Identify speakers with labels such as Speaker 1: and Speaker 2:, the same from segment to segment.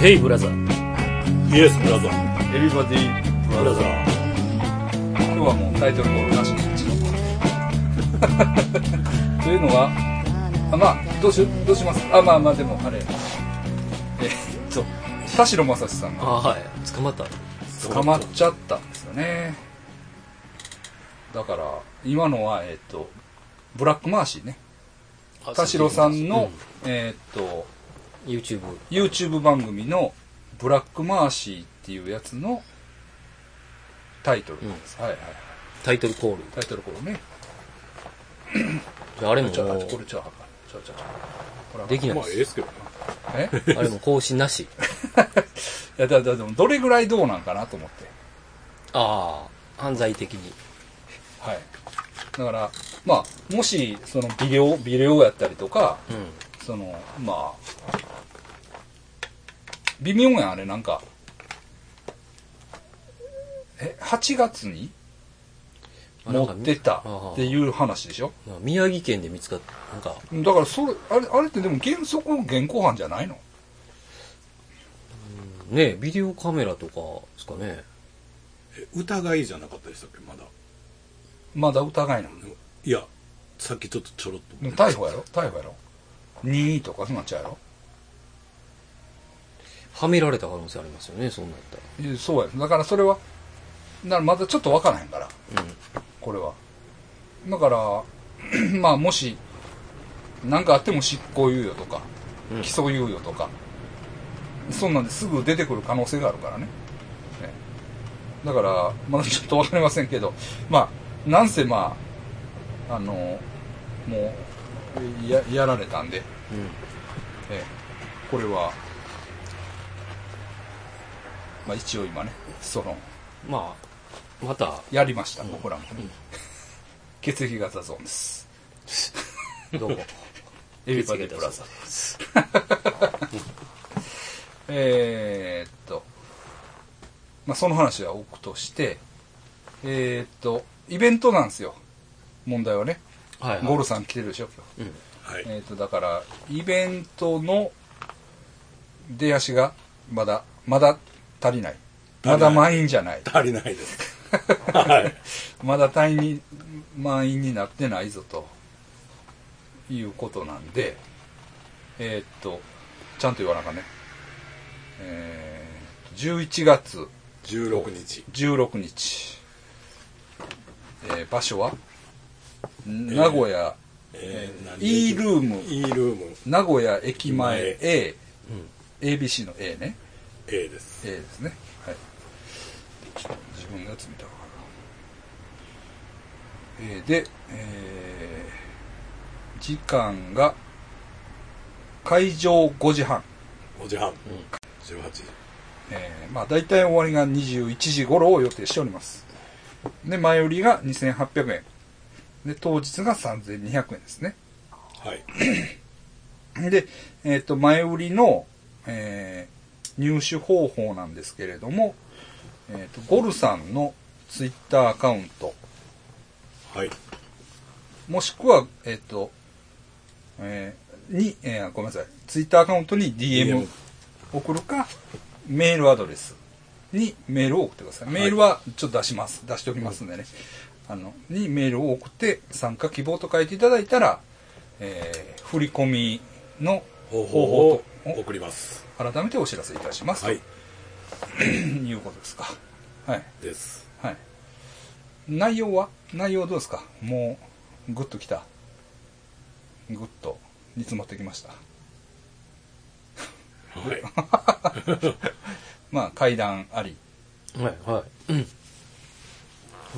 Speaker 1: ヘイブラザー
Speaker 2: イエスブラザー
Speaker 3: エビバディ
Speaker 1: ブラザー
Speaker 3: 今日はもうタイトルコールなしのうちの というのはあまあどうしどうしますあまあまあでもあれえっと田代正史さんが
Speaker 1: あはい捕まった
Speaker 3: 捕まっちゃったんですよねだから今のはえっとブラックマーシーね田代さんの、えっと
Speaker 1: YouTube
Speaker 3: YouTube 番組の「ブラックマーシー」っていうやつのタイトルなんです、はいはいはい
Speaker 1: タイトルコール
Speaker 3: タイトルコールね
Speaker 1: じゃああれも
Speaker 3: ちょあこ
Speaker 1: も
Speaker 3: れちょあかんちょちょ
Speaker 1: う
Speaker 3: これあかん
Speaker 1: できない
Speaker 2: まあ
Speaker 1: で
Speaker 2: ええ
Speaker 1: す
Speaker 2: っすけどね
Speaker 3: え
Speaker 1: あれも更新なし
Speaker 3: いやだだでもどれぐらいどうなんかなと思って
Speaker 1: ああ犯罪的に
Speaker 3: はいだからまあもしそのビデオビデオやったりとか
Speaker 1: う
Speaker 3: そのまあ微妙やんあれなんかえ8月に
Speaker 1: あな
Speaker 3: 持
Speaker 1: んか
Speaker 3: ってたっていう話でしょ
Speaker 1: ん、まあ、宮城県で見つかったなんか
Speaker 3: だからそれあれあれってでも原則現行犯じゃないの
Speaker 1: ねビデオカメラとかですかね
Speaker 2: え疑いじゃなかったでしたっけまだ
Speaker 3: まだ疑いなの
Speaker 2: いやさっきちょっとちょろっ
Speaker 3: でも逮捕やろ逮捕やろ任意とかそんなんちゃうやろ
Speaker 1: はめられた可能性ありますよねそんなんやっ
Speaker 3: いやそうやだからそれはだからまだちょっと分からへんから
Speaker 1: たらうん
Speaker 3: これはだから まあもし何かあっても執行猶予とか
Speaker 1: うん
Speaker 3: 起訴猶予とか、そんなんですぐ出てくる可能性があるからねねだからまだちょっと分かりませんけどまあなんせまああのもうややられたんで
Speaker 1: うん
Speaker 3: ええ、これは、まあ、一応今ねその
Speaker 1: まあまた
Speaker 3: やりました、僕らも、
Speaker 1: ん
Speaker 3: 血液型ゾーンです
Speaker 1: どうも
Speaker 3: エビバディプラザえーっと、まあ、その話は置くとしてえーっとイベントなんですよ問題はね、
Speaker 1: はい、はい、
Speaker 3: ゴルさん来てるでしょ
Speaker 1: う
Speaker 3: 今日
Speaker 1: ん
Speaker 2: とはい
Speaker 3: えー、とだからイベントの出足がまだまだ足りないまだ満員じゃない
Speaker 2: 足りないですはい
Speaker 3: まだ単位に満員になってないぞということなんでえー、っとちゃんと言わなあかんねえー、11月
Speaker 2: 16日
Speaker 3: 16日、えー場所は名古屋、
Speaker 2: えー何
Speaker 3: E ルーム
Speaker 2: E ルーム
Speaker 3: 名古屋駅前 A、ABC の A ね
Speaker 2: A です
Speaker 3: A ですねはいちょっと自分のやつ見た方がいいな、えーで、えー時間が会場5時半、
Speaker 2: 5時半、18時
Speaker 3: えーまあ大体終わりが21時頃を予定しておりますで前売りが2800円で当日が3200円ですね
Speaker 2: はい
Speaker 3: で、えっ、と、前売りの、えー入手方法なんですけれども、えっ、と、ゴルさんのツイッターアカウント、
Speaker 2: はい
Speaker 3: もしくは、えっ、と、えーに、えーごめんなさい、ツイッターアカウントに DM 送るか、メールアドレスにメールを送ってください。メールはちょっと出します。出しておきますんでね。あの、にメールを送って、参加希望と書いていただいたら、えー振り込みの
Speaker 2: 方
Speaker 3: 方
Speaker 2: 法
Speaker 3: 法
Speaker 2: を
Speaker 3: と、
Speaker 2: 送ります
Speaker 3: 改めてお知らせいたします、
Speaker 2: はい
Speaker 3: と いうことですかはい
Speaker 2: です
Speaker 3: はい内容は内容どうですかもうグッときたグッと煮詰まってきました
Speaker 2: はい
Speaker 3: まあ階段あり
Speaker 1: はいはい。うん。も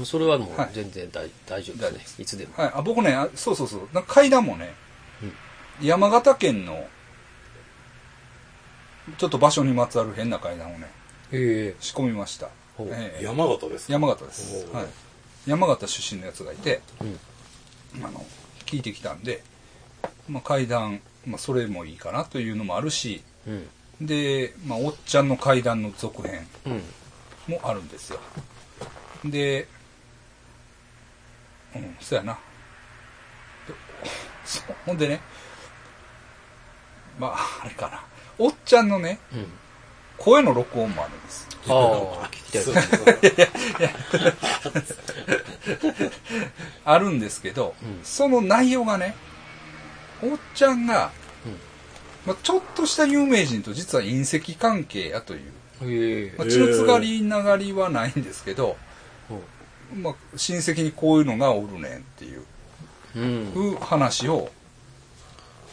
Speaker 1: うそれはもう
Speaker 3: はい
Speaker 1: 全然大,、大丈夫
Speaker 3: 大丈夫
Speaker 1: で
Speaker 3: です
Speaker 1: ね。いつでも。
Speaker 3: はいあ僕ねあそうそうそうなんか階段もね、山形県のちょっと場所にまつわる変な階段をね
Speaker 1: え
Speaker 3: 仕込みました、
Speaker 1: ほう
Speaker 3: ええ
Speaker 2: 山形です
Speaker 3: 山形です
Speaker 2: お、ー
Speaker 3: はい、山形出身のやつがいて、
Speaker 1: うん
Speaker 3: あの聞いてきたんで、まあ、階段、まあ、それもいいかなというのもあるし
Speaker 1: えうん。
Speaker 3: で、まあ、おっちゃんの階段の続編
Speaker 1: うん。
Speaker 3: もあるんですよでうんそうやな でそうほんでねまああれかなおっちゃんのね
Speaker 1: うん。
Speaker 3: 声の録音もあるんです。
Speaker 1: ああ、聞きたいです。
Speaker 3: あるんですけど、
Speaker 1: うん
Speaker 3: その内容がね、おっちゃんが、
Speaker 1: うん
Speaker 3: まあ、ちょっとした有名人と実は隕石関係やという、
Speaker 1: へえ
Speaker 3: まあ、血のつがりながりはないんですけど、まあ、親戚にこういうのがおるねんっていう
Speaker 1: うん。
Speaker 3: 話を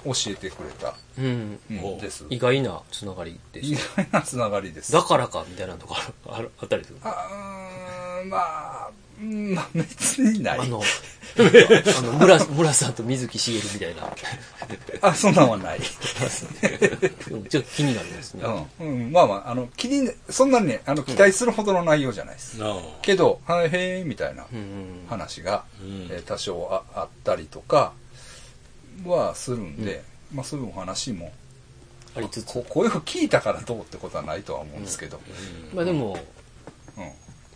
Speaker 3: 教えてくれた
Speaker 1: うん。
Speaker 3: ん
Speaker 2: お
Speaker 3: です。
Speaker 1: 意外なつながりでし
Speaker 3: 意外なつながりです。
Speaker 1: た。だからか、みたいなとこあるあるあったりする。
Speaker 3: あーまあ、うんまあ、別にない。
Speaker 1: あ
Speaker 3: あ
Speaker 1: の、あの、村、村さんと水木しげるみたいな。
Speaker 3: そんなんはない。
Speaker 1: うんちょっと気になりますね。
Speaker 3: うん。うんまあまあ、あの、気に、そんなにね、あの、期待するほどの内容じゃないです。
Speaker 2: なあ。
Speaker 3: けど、はい、へえ、みたいな
Speaker 1: うん。
Speaker 3: 話が、
Speaker 2: うん
Speaker 3: えー多少ああったりとかはするんで、まあそういうお話も、
Speaker 1: ありつつ。
Speaker 3: こ声を聞いたからどうってことはないとは思うんですけど。
Speaker 1: まあでも、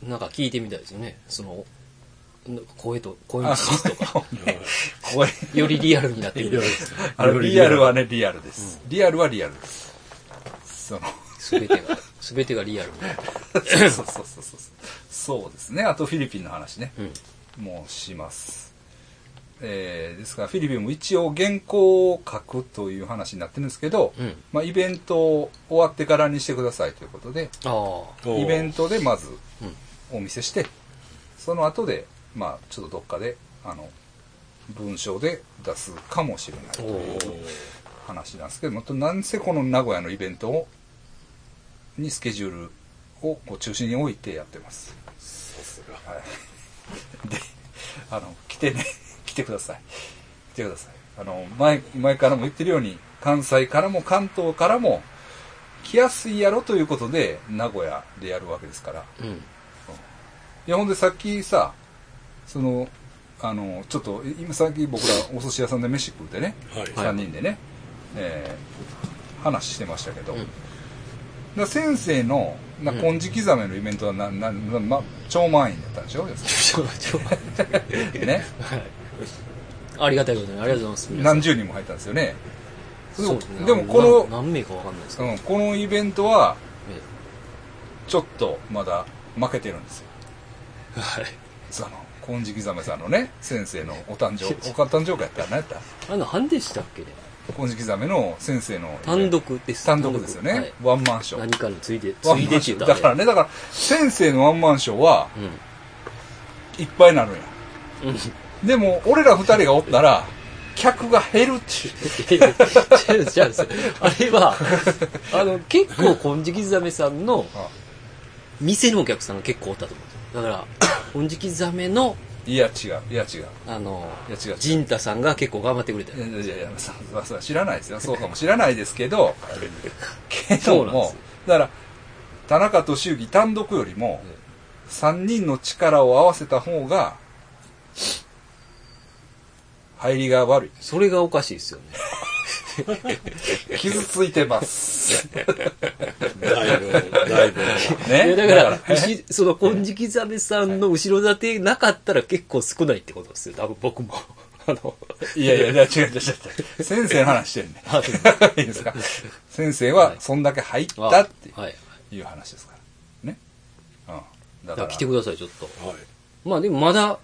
Speaker 3: うん。
Speaker 1: なんか聞いてみたいですよね。その、声と、声の質とか、
Speaker 3: 声、
Speaker 1: よりリアルになって
Speaker 2: い
Speaker 1: く
Speaker 2: や
Speaker 1: る。
Speaker 3: あのリアルはね、リアルです。リアルはリアルです。その、
Speaker 1: すべてが、すべてがリアルになる。
Speaker 3: そうそうそうそうそう。そうですね。あとフィリピンの話ね。
Speaker 1: うん。
Speaker 3: もうします。えーですからフィリピンも一応原稿を書くという話になってるんですけど、
Speaker 1: うん
Speaker 3: まあ、イベント終わってからにしてくださいということで
Speaker 1: ああ。
Speaker 2: おう
Speaker 3: イベントでまず
Speaker 1: うん。
Speaker 3: お見せしてその後でまあちょっとどっかであの文章で出すかもしれないと
Speaker 1: お
Speaker 3: いう
Speaker 2: おう
Speaker 3: 話なんですけどもとなんせこの名古屋のイベントをにスケジュールをこう中心に置いてやってます。
Speaker 2: さすが。
Speaker 3: はい。で、あの、来てね、 来てください。来てください。あの、前、前からも言ってるように、関西からも関東からも来やすいやろということで、名古屋でやるわけですから。
Speaker 1: うん。
Speaker 3: いや、ほんでさっきさ、その、あの、ちょっと、今さっき僕らお寿司屋さんで飯食うてね、
Speaker 2: はい
Speaker 1: はい
Speaker 3: 3人でね、えー話してましたけど、
Speaker 1: うん
Speaker 3: だ先生の、な
Speaker 1: うん
Speaker 3: 金色刻めのイベントはな、な、な、ま、超満員だったんでしょ要するに
Speaker 1: ちょ、ちょ、はい。
Speaker 3: ね、
Speaker 1: ありがたいことに、ありがとうございます。皆さん
Speaker 3: 何十人も入ったんですよね。
Speaker 1: そうですね。
Speaker 3: でもこの
Speaker 1: な何名かわかんないですけど。
Speaker 3: うん、このイベントは、
Speaker 1: ね
Speaker 3: ちょっとまだ負けてるんですよ。
Speaker 1: はい。
Speaker 3: その、金色ざめさんのね、先生のお誕生、お誕生会やったら何やった
Speaker 1: あれの、何でしたっけね
Speaker 3: 金色ざめの先生のイベント。
Speaker 1: 単独です。
Speaker 3: 単独ですよね。
Speaker 1: はい
Speaker 3: ワンマンショー。
Speaker 1: 何かのついで、つ
Speaker 3: ワン
Speaker 1: い
Speaker 3: マ
Speaker 1: で
Speaker 3: ン
Speaker 1: って
Speaker 3: ショ
Speaker 1: 言った
Speaker 3: ーだからね、だから、先生のワンマンショーは
Speaker 1: あれ
Speaker 3: いっぱいなるんや。
Speaker 1: うん。うん。
Speaker 3: でも、俺ら二人がおったら、客が減るってい
Speaker 1: い
Speaker 3: う。
Speaker 1: やいや違う違うあれ は、あの、結構、金色ザメさんの
Speaker 3: あ
Speaker 1: 店のお客さんが結構おったと思うんですよ。だか ら、金色ザメの、
Speaker 3: いや、違う。いや、違う。
Speaker 1: あの
Speaker 3: いや違う違う、
Speaker 1: ジンタさんが結構頑張ってくれた
Speaker 3: い
Speaker 1: よ
Speaker 3: や。いやいやいやさささ知らないですよそうかもしれないです けどけ
Speaker 1: そ
Speaker 3: ど
Speaker 1: うなんで
Speaker 3: も
Speaker 1: すよ
Speaker 3: だから田中俊之単独よりも
Speaker 1: ええ
Speaker 3: 3人の力を合わせた方が入りが悪い
Speaker 1: それがおかしいですよね。
Speaker 3: 傷ついてます
Speaker 2: だいぶ、だいぶ。
Speaker 1: い
Speaker 3: ね
Speaker 1: やだから、
Speaker 3: だから
Speaker 1: うしその、金色ザメさんの後ろ盾なかったら結構少ないってことですよ。多分僕も。 あの、
Speaker 3: いやいやいや違う違う違う先生の話してる ねいいですか先生はそんだけ入ったって
Speaker 1: はい。
Speaker 3: いう話ですからねうん
Speaker 1: だ
Speaker 3: だか
Speaker 1: から
Speaker 3: ら
Speaker 1: 来てください、ちょっと。
Speaker 2: はい。
Speaker 1: まあでもまだ、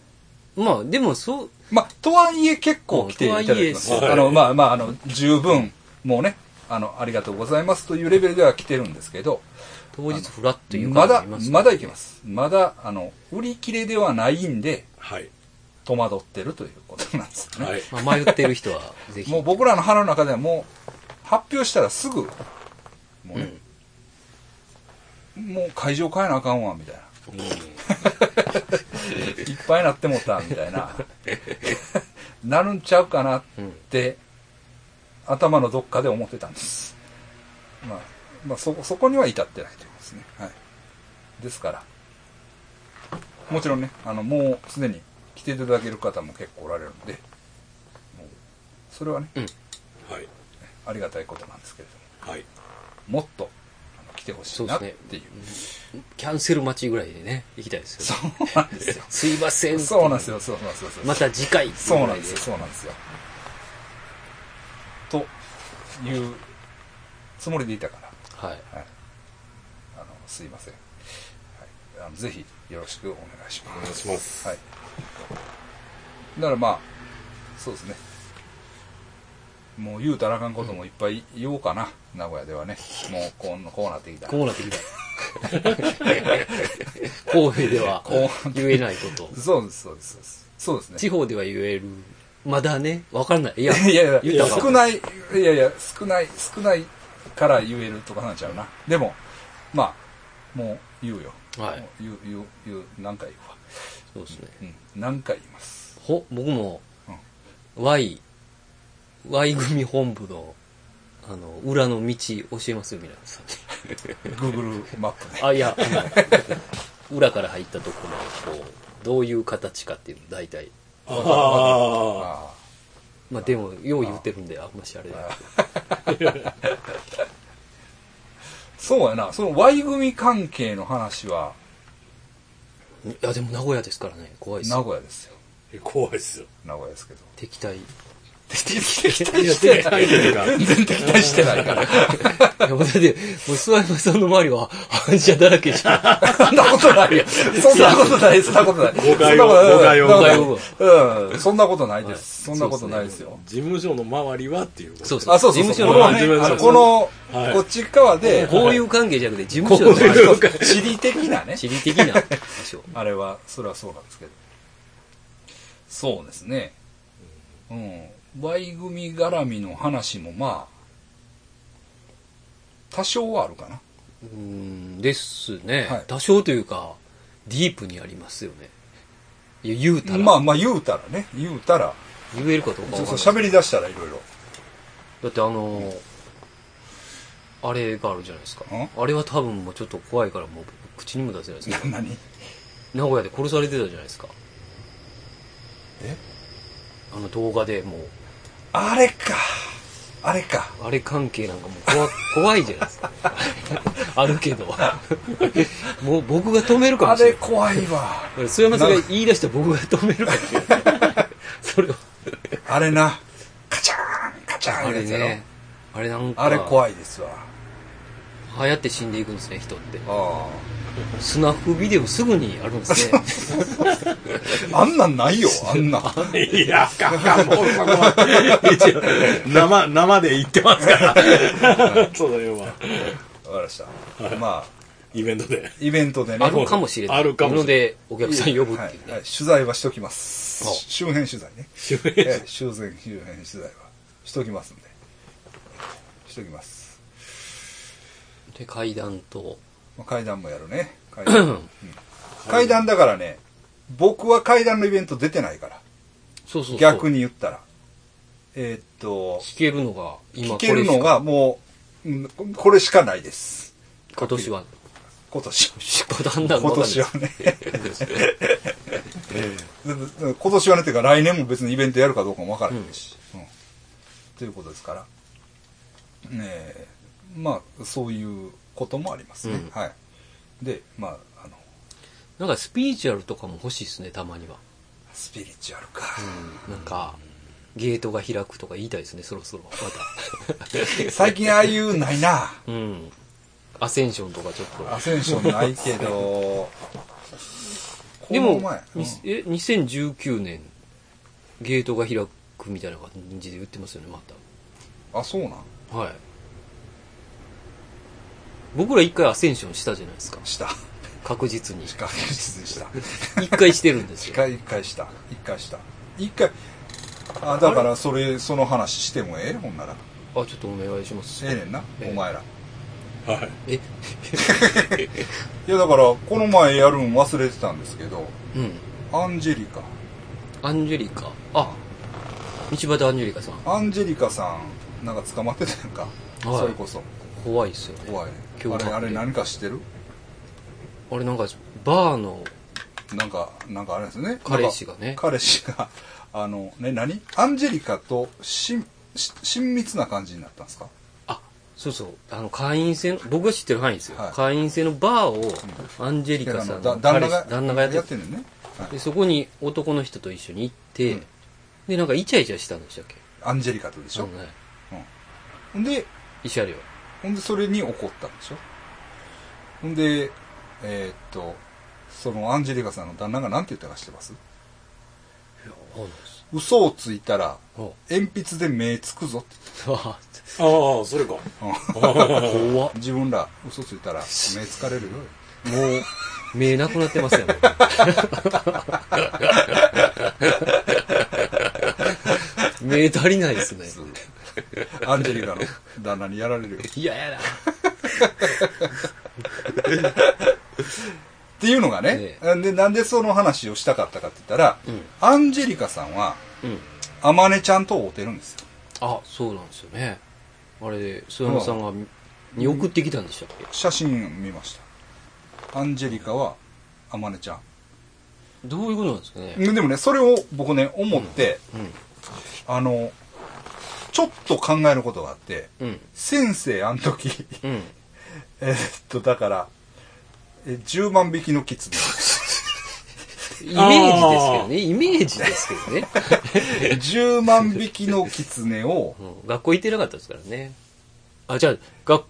Speaker 1: まあでもそう、
Speaker 3: まあ、とはいえ結構来ていただきます。
Speaker 1: うん
Speaker 2: とはいえ
Speaker 3: あの、まあまあ、あの、十分、もうね、あの、ありがとうございますというレベルでは来てるんですけど、
Speaker 1: 当日フラッという感
Speaker 3: ま
Speaker 1: じ
Speaker 3: だ、
Speaker 1: ります
Speaker 3: まだいけます。まだ、あの、売り切れではないんで、
Speaker 2: はい。
Speaker 3: 戸惑ってるということなんですね。
Speaker 2: はい。
Speaker 1: まあ迷ってる人 は、ぜひ。
Speaker 3: もう僕らの腹の中ではもう、発表したらすぐ、もうね、もう会場変えなあかんわ、みたいな。いっぱいなってもうた、みたいな。 なるんちゃうかなって、頭のどっかで思ってたんです。まあ、まあ、そこ、そこには至ってないということですね。はい。ですから、もちろんね、あの、もうすでに来ていただける方も結構おられるので、もうそれはね、
Speaker 2: はい。
Speaker 3: ありがたいことなんですけれど
Speaker 2: はい。
Speaker 3: も、もっと、あの来てほしいなっ
Speaker 1: そう
Speaker 3: てい
Speaker 1: で
Speaker 3: う
Speaker 1: すね。キャンセル待ちぐらいでね、行きたいです
Speaker 3: そ
Speaker 1: よ。
Speaker 3: うなんですよ。
Speaker 1: すいません。
Speaker 3: そうなんですよ、そうなんですよ。そうなん
Speaker 1: ま
Speaker 3: ですよ
Speaker 1: た次回。
Speaker 3: そうなんですよ、。そうなんですよ。というつもりでいたから。
Speaker 1: はい。
Speaker 3: はいすいません、はい、あのぜひよろしくお願いし
Speaker 2: お
Speaker 3: ま
Speaker 2: 願い
Speaker 3: す
Speaker 2: します。
Speaker 3: はい。だからまあ、そうですね。もう言うたらあかんこともいっぱい言おうかな、名古屋ではね。もうこんこうなってきた。
Speaker 1: こうな ってきた。神戸では言えないこと。
Speaker 3: そうです、そうですそうです。そうですね。
Speaker 1: 地方では言える。まだね、わかんない。いや、
Speaker 3: いやい
Speaker 1: 言
Speaker 3: や、
Speaker 1: ったか
Speaker 3: 少ない、いやいや、少ない、少ないから言えるとかなんちゃうな。でも、まあ、もう言うよ。
Speaker 1: はい
Speaker 3: もう言う、言う、言う、何回言うわ。
Speaker 1: そうですね。
Speaker 3: うん、何回言います。
Speaker 1: ほ、僕も、Y、Y 組本部の、あの、裏の道教えますよ、皆さん
Speaker 3: Google マップね。
Speaker 1: あ、いや、あの 裏から入ったところの、こう、どういう形かっていうの、大体。
Speaker 2: ああ。
Speaker 3: あ
Speaker 1: まあ、でも、よう言ってるんで、あんましあれだ。
Speaker 3: あそうやな。その Y 組関係の話は、
Speaker 1: いや、でも名古屋ですからね、怖いですよ。
Speaker 3: 名古屋ですよ
Speaker 2: え怖い っすよ。
Speaker 3: 名古屋ですけど
Speaker 1: 敵対。
Speaker 3: 敵
Speaker 1: いや、
Speaker 2: 手書いてるから。
Speaker 3: 全然敵対してないから
Speaker 1: いや、もうだって、もう、諏訪山さんの周りは、反射だらけじゃん。
Speaker 3: そんなことないよそんなことないそんなことない
Speaker 2: 誤解を
Speaker 3: そんなことない
Speaker 2: 誤
Speaker 1: 解を
Speaker 3: そんなことないうんそんなことないです
Speaker 1: は
Speaker 3: そ
Speaker 1: い
Speaker 3: んなことないですよ
Speaker 2: 事務所の周りはっていうこと。
Speaker 1: そうそう
Speaker 3: あそうそう
Speaker 1: 事務
Speaker 3: そ
Speaker 1: 所の
Speaker 3: うこのね
Speaker 2: 事務所
Speaker 3: あのこの
Speaker 2: はい
Speaker 3: こっち側で
Speaker 1: 交友関係じゃなくて、事務所の
Speaker 2: 交友関係
Speaker 3: 地理的なね
Speaker 1: 地理的 な場所。
Speaker 3: あれはそれはそうなんですけどそうですねうん Y 組絡みの話もまあ多少はあるかな
Speaker 1: うーん、ですね、
Speaker 3: はい
Speaker 1: 多少というか、ディープにありますよね。いや、言うたら、
Speaker 3: まあまあ言うたらね、言うたら、
Speaker 1: 言えるかどうか
Speaker 3: そ
Speaker 1: わ
Speaker 3: う
Speaker 1: か
Speaker 3: そ
Speaker 1: ん
Speaker 3: う
Speaker 1: ない。
Speaker 3: 喋り出したらいろいろ。
Speaker 1: だってあのーあれがあるじゃないですか
Speaker 3: ん。
Speaker 1: あれは多分もうちょっと怖いから、もう僕口にも出せないですけど、
Speaker 3: 何
Speaker 1: 名古屋で殺されてたじゃないですか。
Speaker 3: え
Speaker 1: あの動画でもう、
Speaker 3: あれか。あれか。
Speaker 1: あれ関係なんかもう怖 怖いじゃないですか。ある けど。もう僕が止めるか
Speaker 3: あ
Speaker 1: もしれ
Speaker 3: れ
Speaker 1: ない。
Speaker 3: 怖いわ。
Speaker 1: これ須山さんが言い出したら僕が止めるかもしれない。それを。
Speaker 3: あれな。カチャーン、カチャーン
Speaker 1: あれ
Speaker 3: やつやろ
Speaker 1: ね。あれなんか、
Speaker 3: あれ怖いですわ。
Speaker 1: 流行って死んでいくんですね、人って。
Speaker 3: あ
Speaker 1: スナフビデオすぐにあるんですね。
Speaker 3: あ。あんなんない よ、あんな。
Speaker 2: いや、あかんあかんもうそこは。一応生、生で言ってますから。それは。
Speaker 3: わかりました。まあ、
Speaker 2: イベントで。
Speaker 3: イベントでね。
Speaker 1: あるかもしれない。
Speaker 2: あるかもしれない
Speaker 1: ので、お客さん呼ぶ
Speaker 3: は
Speaker 1: っ
Speaker 3: い
Speaker 1: ていう
Speaker 3: は
Speaker 1: ね
Speaker 3: い。取材はしときま
Speaker 1: あ
Speaker 3: す。周辺取材ね。
Speaker 2: 周辺
Speaker 3: ええ周辺、周辺取材はしときますんで。しときます。
Speaker 1: で、階段と、
Speaker 3: まあ階段もやるね。階段。うん階段だからね、僕は階段のイベント出てないから。
Speaker 1: そうそうそう。
Speaker 3: 逆に言ったら。えーっと、
Speaker 1: 聞けるのが、今
Speaker 3: 聞
Speaker 1: こ
Speaker 3: け
Speaker 1: れ
Speaker 3: る
Speaker 1: し
Speaker 3: の
Speaker 1: か、
Speaker 3: がもう、うんこれしかないです。
Speaker 1: 今年は、
Speaker 3: 今年。
Speaker 1: だんだん
Speaker 3: 今年はね。今年はね、ていうか来年も別にイベントやるかどうかもわからないし。うんということですから。ねえ、まあ、そういうこともありますね。
Speaker 1: うん
Speaker 3: はい。で、まあ、あの、
Speaker 1: なんかスピリチュアルとかも欲しいですね、たまには。
Speaker 3: スピリチュアルか。
Speaker 1: なんか、ゲートが開くとか言いたいですね、そろそろ。ま
Speaker 3: 最近ああいうないな。
Speaker 1: た。うん。アセンションとかちょっと。
Speaker 3: アセンションないけど。
Speaker 1: でも、
Speaker 3: この前うん
Speaker 1: にえ、2019年、ゲートが開くみたいな感じで言ってますよね、ま
Speaker 3: あ、そうなん
Speaker 1: た。はい。僕ら一回アセンションしたじゃないですか。
Speaker 3: した。
Speaker 1: 確実に。
Speaker 3: 確実にした。
Speaker 1: 一回してるんです
Speaker 3: 一
Speaker 1: よ。
Speaker 3: 回、一回した。一回した。一回、あ、だからそれ、その話してもええほんなら。
Speaker 1: あ、ちょっとお願いします。
Speaker 3: ええねんな、
Speaker 1: ええ
Speaker 3: お前ら。
Speaker 2: はい。
Speaker 1: え、
Speaker 3: いや、だから、この前やるん忘れてたんですけど、
Speaker 1: うん。
Speaker 3: アンジェリカ。
Speaker 1: アンジェリカ。あ、道端アンジェリカさん。
Speaker 3: アンジェリカさん、なんか捕まってたやんか。
Speaker 1: はい
Speaker 3: それこそ。
Speaker 1: 怖いですよね。
Speaker 3: 怖い。
Speaker 1: 脅
Speaker 3: あ
Speaker 1: 迫
Speaker 3: れ、あれ何か知ってる
Speaker 1: あれなんか、バーの、
Speaker 3: なんか、なんかあれですよね。
Speaker 1: 彼氏がね
Speaker 3: なんか彼氏が、 あの、ね、何アンジェリカとしん、し親密な感じになったんですか
Speaker 1: あ、そうそう、あの、会員制の、僕が知ってる範囲ですよ。
Speaker 3: はい
Speaker 1: 会員制のバーを、アンジェリカさん
Speaker 3: だ
Speaker 1: の
Speaker 3: 旦
Speaker 1: 彼
Speaker 3: 那
Speaker 1: 氏、
Speaker 3: が、
Speaker 1: 旦那がやって
Speaker 3: るね。はい
Speaker 1: で、そこに男の人と一緒に行って、
Speaker 3: うん
Speaker 1: で、なんかイチャイチャしたんでしたっけ
Speaker 3: アンジェリカとでし
Speaker 1: あ
Speaker 3: ょ
Speaker 1: の。ね、
Speaker 3: うん。ほんで、
Speaker 1: 慰謝料。
Speaker 3: ほんでそれに怒ったんでしょ。ほんで、えーっと、そのアンジェリカさんの旦那が何て言ったか知ってます
Speaker 1: や、わかんないです。
Speaker 3: 嘘をついたら、
Speaker 1: あ
Speaker 3: 鉛筆で目つくぞって
Speaker 1: あ、
Speaker 2: ああ、それか。
Speaker 1: 怖っ。
Speaker 3: 自分ら嘘ついたら目つかれ るよ。
Speaker 1: もう、目なくなってますよね。 目足りないですね。
Speaker 3: アンジェリカの旦那にやられるよ。
Speaker 1: いや、やだ。
Speaker 3: っていうのがね
Speaker 1: え、
Speaker 3: で、なんでその話をしたかったかって言ったら、
Speaker 1: うん
Speaker 3: アンジェリカさんは、
Speaker 1: うん。
Speaker 3: あまねちゃんと会うてるんですよ。
Speaker 1: あ、そうなんですよね。あれ、菅山さんが、に送ってきたんでしたっけ
Speaker 3: 写真見ました。アンジェリカは、あまねちゃ
Speaker 1: どういうことなんですかね
Speaker 3: ん。。ででもね、それを僕ね、思って、
Speaker 1: うん。
Speaker 3: あの、ちょっと考えることがあって、
Speaker 1: うん。
Speaker 3: 先生、あの時、
Speaker 1: うん。
Speaker 3: えーっと、だから、え10万匹の キツ
Speaker 1: イメージですけどね。イメージですけ どね。
Speaker 3: ネ。10万匹のキツネを、
Speaker 1: うん学校行ってなかったですからね。あ、じゃあ、学、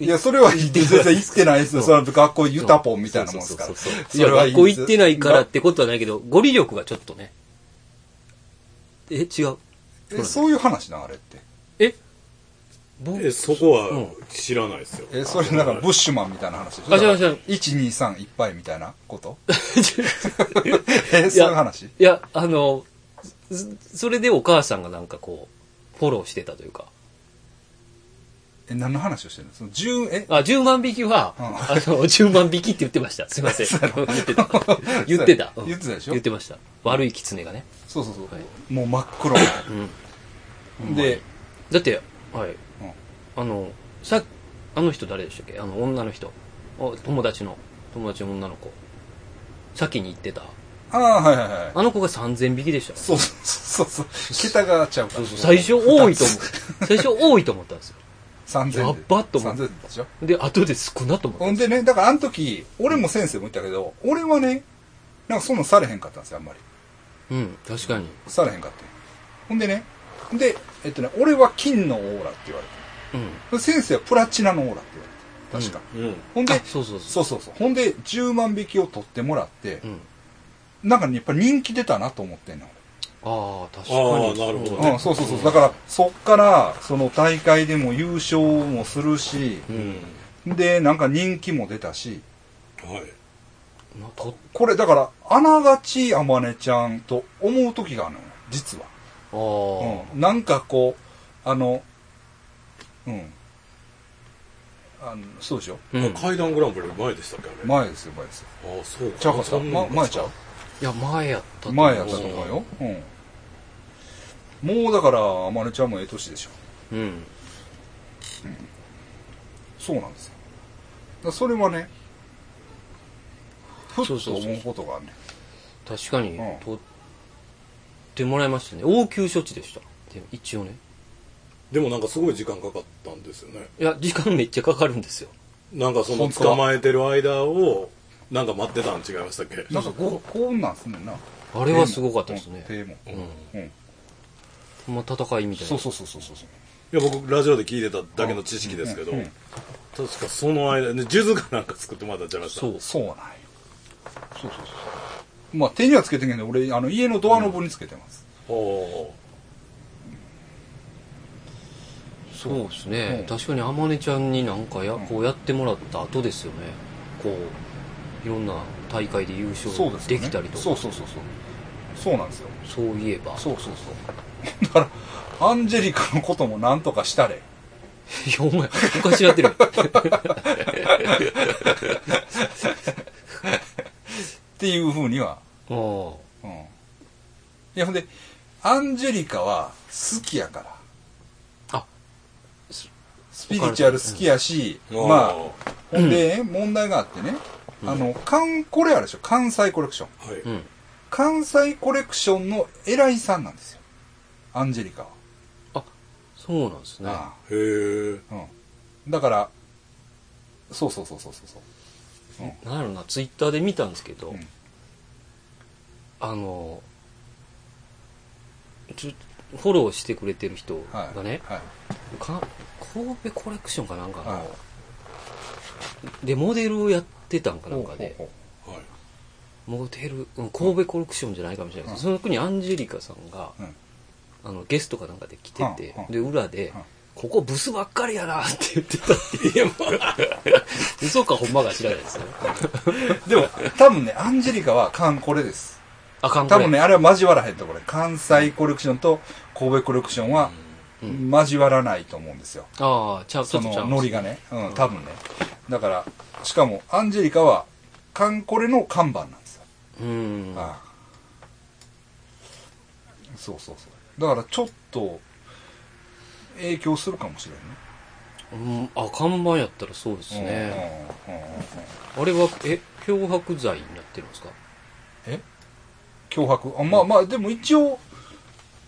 Speaker 3: いや、それは全然言ってないですよ。
Speaker 1: そ
Speaker 3: そうの学校ユタポンみたいなもんですから。
Speaker 1: そうそうそうそう
Speaker 3: そ
Speaker 1: いや、
Speaker 3: れは
Speaker 1: 学校行ってないからっ
Speaker 3: い
Speaker 1: てことはないけど、語彙力がちょっとね。え、違う。
Speaker 3: いですえそういう話な、あれって。
Speaker 1: え ぼ
Speaker 2: え、そこは知らないですよ。
Speaker 3: え、それなんかブッシュマンみたいな話でしょ
Speaker 1: あ違う違う
Speaker 3: 1、2、3、いっぱいみたいなこと え、そういう話
Speaker 1: いや、あの、ずそれでお母さんがなんかこう、フォローしてたというか。
Speaker 3: え、何の話をしてるのその10、え、
Speaker 1: あ、10万匹は、
Speaker 3: うん
Speaker 1: あの、10万 匹って言ってました。すいま せん。言ってた。言ってた。うん
Speaker 3: 言ってたでしょ
Speaker 1: 言ってました。悪い狐がね。
Speaker 3: そうそうそう。
Speaker 1: はい
Speaker 3: もう真っ黒。で、
Speaker 1: だって、はい。
Speaker 3: うん
Speaker 1: あの、さあの人誰でしたっけあの、女の人。お友達の、友達の女の子。先に行ってた。
Speaker 3: ああ、はいはいはい。
Speaker 1: あの子が3000匹でした。
Speaker 3: そうそうそうそう。桁がちゃうから。
Speaker 1: 最初多いと思う。最初多いと思ったんですよ。
Speaker 3: 3000で。
Speaker 1: やっばっと思う
Speaker 3: 3000でしょ。
Speaker 1: で、後で少なと思った
Speaker 3: ほんでね、だからあの時、俺も先生も言ったけど、俺はね、なんかそんなんされへんかったんですよ、あんまり。
Speaker 1: うん、確かに。
Speaker 3: されへんかって。ほんでね、で、えっとね、俺は金のオーラって言われ
Speaker 1: うん。
Speaker 3: て。先生はプラチナのオーラって言われて。確か。
Speaker 2: うん。
Speaker 3: ほん
Speaker 1: あ
Speaker 3: で、
Speaker 1: そうそうそ
Speaker 3: そうそうそう。ほんで、10万匹を取ってもらって
Speaker 1: う。う、ん。
Speaker 3: なんかねやっぱ人気出たなと思ってんの。
Speaker 1: ああ、確かに。
Speaker 2: ああなるほどね
Speaker 3: うん、そうそうそう。だから、そっから、その大会でも優勝もするし、
Speaker 1: うん。
Speaker 3: で、なんか人気も出たし、
Speaker 2: はい。
Speaker 1: まあと
Speaker 3: これだから、あながちあまねちゃんと思う時があるのよ、実は。
Speaker 1: ああ、
Speaker 3: うん、なんかこう、あの、うん。あの、そうでしょ
Speaker 1: うん。い
Speaker 2: 階段グランプリの前でしたっけあれ。
Speaker 3: 前ですよ、前ですよ。
Speaker 2: ああ、そうか。
Speaker 3: ちゃうかった、
Speaker 2: そんな
Speaker 3: ま、
Speaker 2: ん
Speaker 3: 前ちゃう
Speaker 1: や、前やったと思う
Speaker 3: 前やったと思うよ。うん。もうだから、あまねちゃんもええ年でしょ。
Speaker 1: うん。
Speaker 3: そうなんですよ。だからそれはね、ふっ
Speaker 1: そ
Speaker 3: と
Speaker 1: うそうそう
Speaker 3: 思うことがあるね。
Speaker 1: 確かに
Speaker 3: うん、
Speaker 1: 取ってもらいましたね。応急処置でした。でも一応ね。
Speaker 2: でもなんかすごい時間かかったんですよね。
Speaker 1: いや、時間めっちゃかかるんですよ。
Speaker 2: なんかその
Speaker 3: 本当は
Speaker 2: 捕まえてる間を、なんか待ってたん違いましたっけ
Speaker 3: なんかこう、こうなんすねんな。
Speaker 1: あれはすごかったですね。
Speaker 3: 手も。手もうん。
Speaker 1: ほんま戦いみたいな。
Speaker 3: そうそうそうそうそう。
Speaker 2: いや僕ラジオで聞いてただけの知識ですけど、
Speaker 3: うんうん
Speaker 2: 確かその間ね数珠かなんか作ってもらったんちゃいました
Speaker 1: そう。
Speaker 3: そうなんよ。そうそうそうそう。まあ手にはつけてんけど、俺、あの、家のドアノブにつけてます。
Speaker 2: お
Speaker 1: そうですね、
Speaker 3: うん
Speaker 1: 確かにあまねちゃんになんかや、こうやってもらった後ですよねこういろんな大会で優勝
Speaker 3: そうです
Speaker 1: で
Speaker 3: よね
Speaker 1: きたりとかそ,、
Speaker 3: そううそうそうそう。そうなんですよ。
Speaker 1: いえ ばい
Speaker 3: そうそうそう。だから、アンジェリカのこともなんとかしたれ。
Speaker 1: やお前おかしなってる
Speaker 3: っていうふうには。
Speaker 1: ああ
Speaker 3: うん。いや、ほんで、アンジェリカは好きやから。
Speaker 1: あ
Speaker 3: スピリチュアル好きやし、
Speaker 2: ーおー
Speaker 3: まあ、
Speaker 2: は
Speaker 3: ほんで、問題があってね、あの、関、これあるでしょ、関西コレクション。
Speaker 2: い、
Speaker 1: うん
Speaker 3: 関西コレクションの偉いさんなんですよ。アンジェリカは。
Speaker 1: あそうなんですね
Speaker 3: あ
Speaker 2: へえ
Speaker 3: あうん。だから、そうそうそうそうそうそう。
Speaker 1: なんやろなツイッターで見たんですけど、
Speaker 3: うん
Speaker 1: あのちょフォローしてくれてる人
Speaker 3: はい。
Speaker 1: がね、
Speaker 3: はい。
Speaker 1: か神戸コレクションかなんかの、
Speaker 3: はい
Speaker 1: で、モデルをやってたんか
Speaker 3: ほ
Speaker 1: な
Speaker 3: うんほ
Speaker 1: か
Speaker 3: う
Speaker 1: で。
Speaker 3: ほ
Speaker 2: はい。
Speaker 1: モデル、うん、神戸コレクションじゃないかもしれないですけど、その時にアンジェリカさんが、
Speaker 3: うん
Speaker 1: あの、ゲストかなんかで来てて
Speaker 3: うんう、ん
Speaker 1: で、裏で
Speaker 3: うん、
Speaker 1: ここブスばっかりやなって言ってたっていう。 嘘かほんまか知らないですよ。
Speaker 3: うでも、多分ね、アンジェリカはカンコレです。
Speaker 1: あかんこ
Speaker 3: 多
Speaker 1: れ
Speaker 3: 分ね、あれは交わらへんとこれ。関西コレクションと神戸コレクションは
Speaker 1: うん
Speaker 3: 交わらないと思うんですよ。
Speaker 1: ああ、ちゃう、ちょ
Speaker 3: そ
Speaker 1: っと
Speaker 3: の
Speaker 1: ちゃう。
Speaker 3: ノリがね。うん、多分ね。だから、しかも、アンジェリカはカンコレの看板なんですよ。
Speaker 1: うん。
Speaker 3: ああそうそうそう。だからちょっと影響するかもしれんね。
Speaker 1: うんあ、看板やったらそうですね。
Speaker 3: うんうんうんうん
Speaker 1: あれは、え、脅迫罪になってるんですか
Speaker 3: え脅迫あまあまあでも一応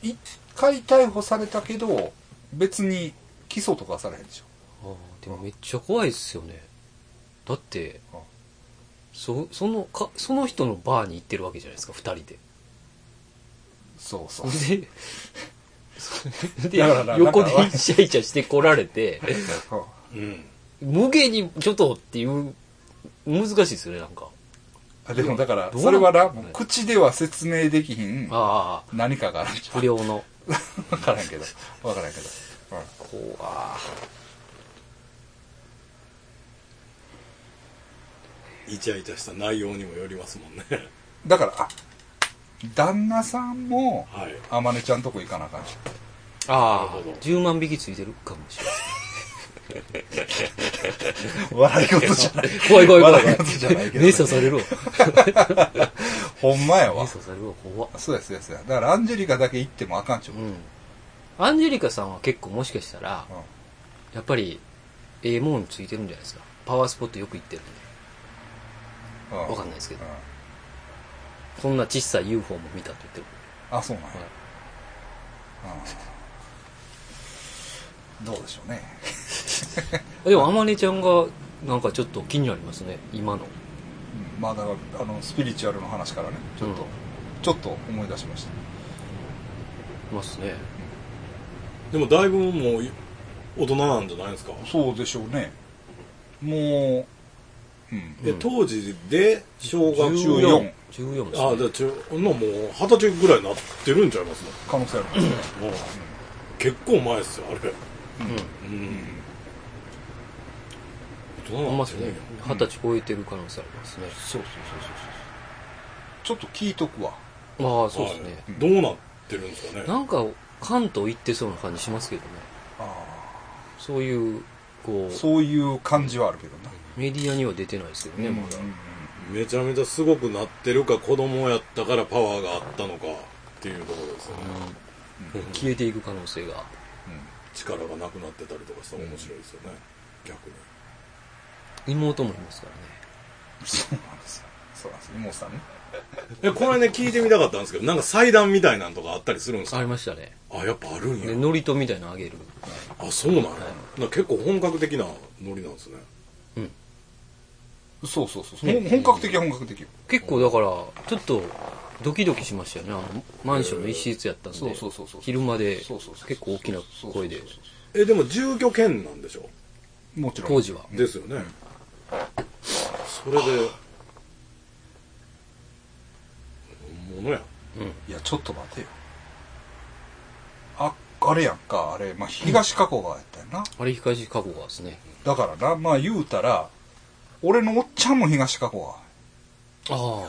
Speaker 3: 一回逮捕されたけど別に起訴とかはされへんでし
Speaker 1: ああ、でもめっちゃ怖いですよね。だって
Speaker 3: うん、
Speaker 1: そ、その、か、その人のバーに行ってるわけじゃないですか、二人で。
Speaker 3: ょそうそう
Speaker 1: で、それで
Speaker 3: だからな
Speaker 1: 横
Speaker 3: だから
Speaker 1: でイチャイチャしてこられて、
Speaker 2: うん。
Speaker 1: 無限にちょっとっていう、難しいですよね、なんか。
Speaker 3: あでもだから
Speaker 1: どうな
Speaker 3: それはな
Speaker 1: うん
Speaker 3: 口では説明できひん
Speaker 1: ああ、
Speaker 3: 何かがあるんちゃ
Speaker 1: 不良の。
Speaker 3: う分からんけど分からんけど、うん
Speaker 1: 怖あ
Speaker 2: イチャイチャした内容にもよりますもんね。
Speaker 3: だからあ旦那さんも
Speaker 2: はい。
Speaker 3: あまねちゃんとこ行かなあかんし
Speaker 1: あ
Speaker 2: なるほど
Speaker 1: 10万匹ついてるかもしれない。
Speaker 3: 笑い事じゃない
Speaker 1: 怖い怖い怖い怖
Speaker 3: 笑
Speaker 1: い
Speaker 3: い事じゃないけ。どね
Speaker 1: 目刺されるわ。
Speaker 3: ほんまや
Speaker 1: 目
Speaker 3: わ
Speaker 1: 刺されるわ、怖っ
Speaker 3: そうやそうやそうやだからアンジェリカだけ行ってもあかんちゅう
Speaker 1: う
Speaker 3: こと、
Speaker 1: ん。アンジェリカさんは結構もしかしたら、
Speaker 3: うん
Speaker 1: やっぱり、ええもんついてるんじゃないですか。パワースポットよく行ってるんで。
Speaker 3: うん
Speaker 1: わかんないですけど
Speaker 3: うん
Speaker 1: こんな小さい UFO も見たって言ってる。
Speaker 3: あそうなんや、
Speaker 1: はい
Speaker 3: うんどうでしょうね
Speaker 1: でも、あまねちゃんが、なんかちょっと気になりますね、今の。
Speaker 3: うんまあだからあのスピリチュアルの話からねちょっと、
Speaker 1: うん
Speaker 3: ちょっと思い出しました
Speaker 1: ますね。
Speaker 2: でもだいぶもう大人なんじゃないですか。
Speaker 3: そうでしょうねもううん
Speaker 2: で、当時で小学
Speaker 3: 14
Speaker 1: 14です、ね。
Speaker 2: あ、だから中のもう二十歳ぐらいになってるんちゃいます
Speaker 3: 可能性ありますね
Speaker 2: もう結構前ですよ、あれ。う
Speaker 3: うん
Speaker 2: ん。大人
Speaker 1: あ
Speaker 2: なん
Speaker 1: んま
Speaker 2: で
Speaker 1: ですすね
Speaker 2: ね。。
Speaker 1: 二十歳超えてる可能性ありますね。
Speaker 3: そうそうそうそうそうちょっと聞いとくわ
Speaker 1: ああ、そうですね。
Speaker 2: はいどうなってるんですかね。
Speaker 1: なんか、関東行ってそうな感じしますけどね。
Speaker 3: あ
Speaker 1: そういう、こ
Speaker 3: ー
Speaker 1: う、
Speaker 3: そういう感じはあるけどな、
Speaker 1: メディアには出てないですけどね、まだ
Speaker 3: う。ん
Speaker 2: めちゃめちゃすごくなってるか子供やったからパワーがあったのかっていうところですよね、
Speaker 1: うん消えていく可能性が。
Speaker 2: 力がなくなってたりとかしたら面白いですよね、逆に
Speaker 1: 妹もいますからね。
Speaker 3: そうなんですよそうなんですよ妹さんね
Speaker 2: えこれね聞いてみたかったんですけどなんか祭壇みたいなんとかあったりするんです
Speaker 1: あ
Speaker 2: か
Speaker 1: りましたね。
Speaker 2: あやっぱあるん
Speaker 1: で、
Speaker 2: や
Speaker 1: ノリトみたいなのあげる。
Speaker 2: あそうなんやなんか結構本格的なノリなんですね
Speaker 1: うん。
Speaker 3: そうそうそうそう、本格的は本格的よ
Speaker 1: 結構だから、ちょっと、ドキドキしましたよね。あの、マンションの一室やったんで。
Speaker 3: そうそうそうそう
Speaker 1: 昼間で、
Speaker 3: そうそうそうそう
Speaker 1: 結構大きな声で
Speaker 3: そう。そうそう
Speaker 2: えでも住居権なんでしょ
Speaker 3: もちろん
Speaker 1: 当時は。
Speaker 2: ですよね、それで本物や
Speaker 3: いやちょっと待てよああれやんかあれ、まあ、東加古川やったよな、
Speaker 1: あれ、東加古川ですね。
Speaker 3: だからなまあ言うたら俺のおっちゃんも東加古川
Speaker 1: ああ。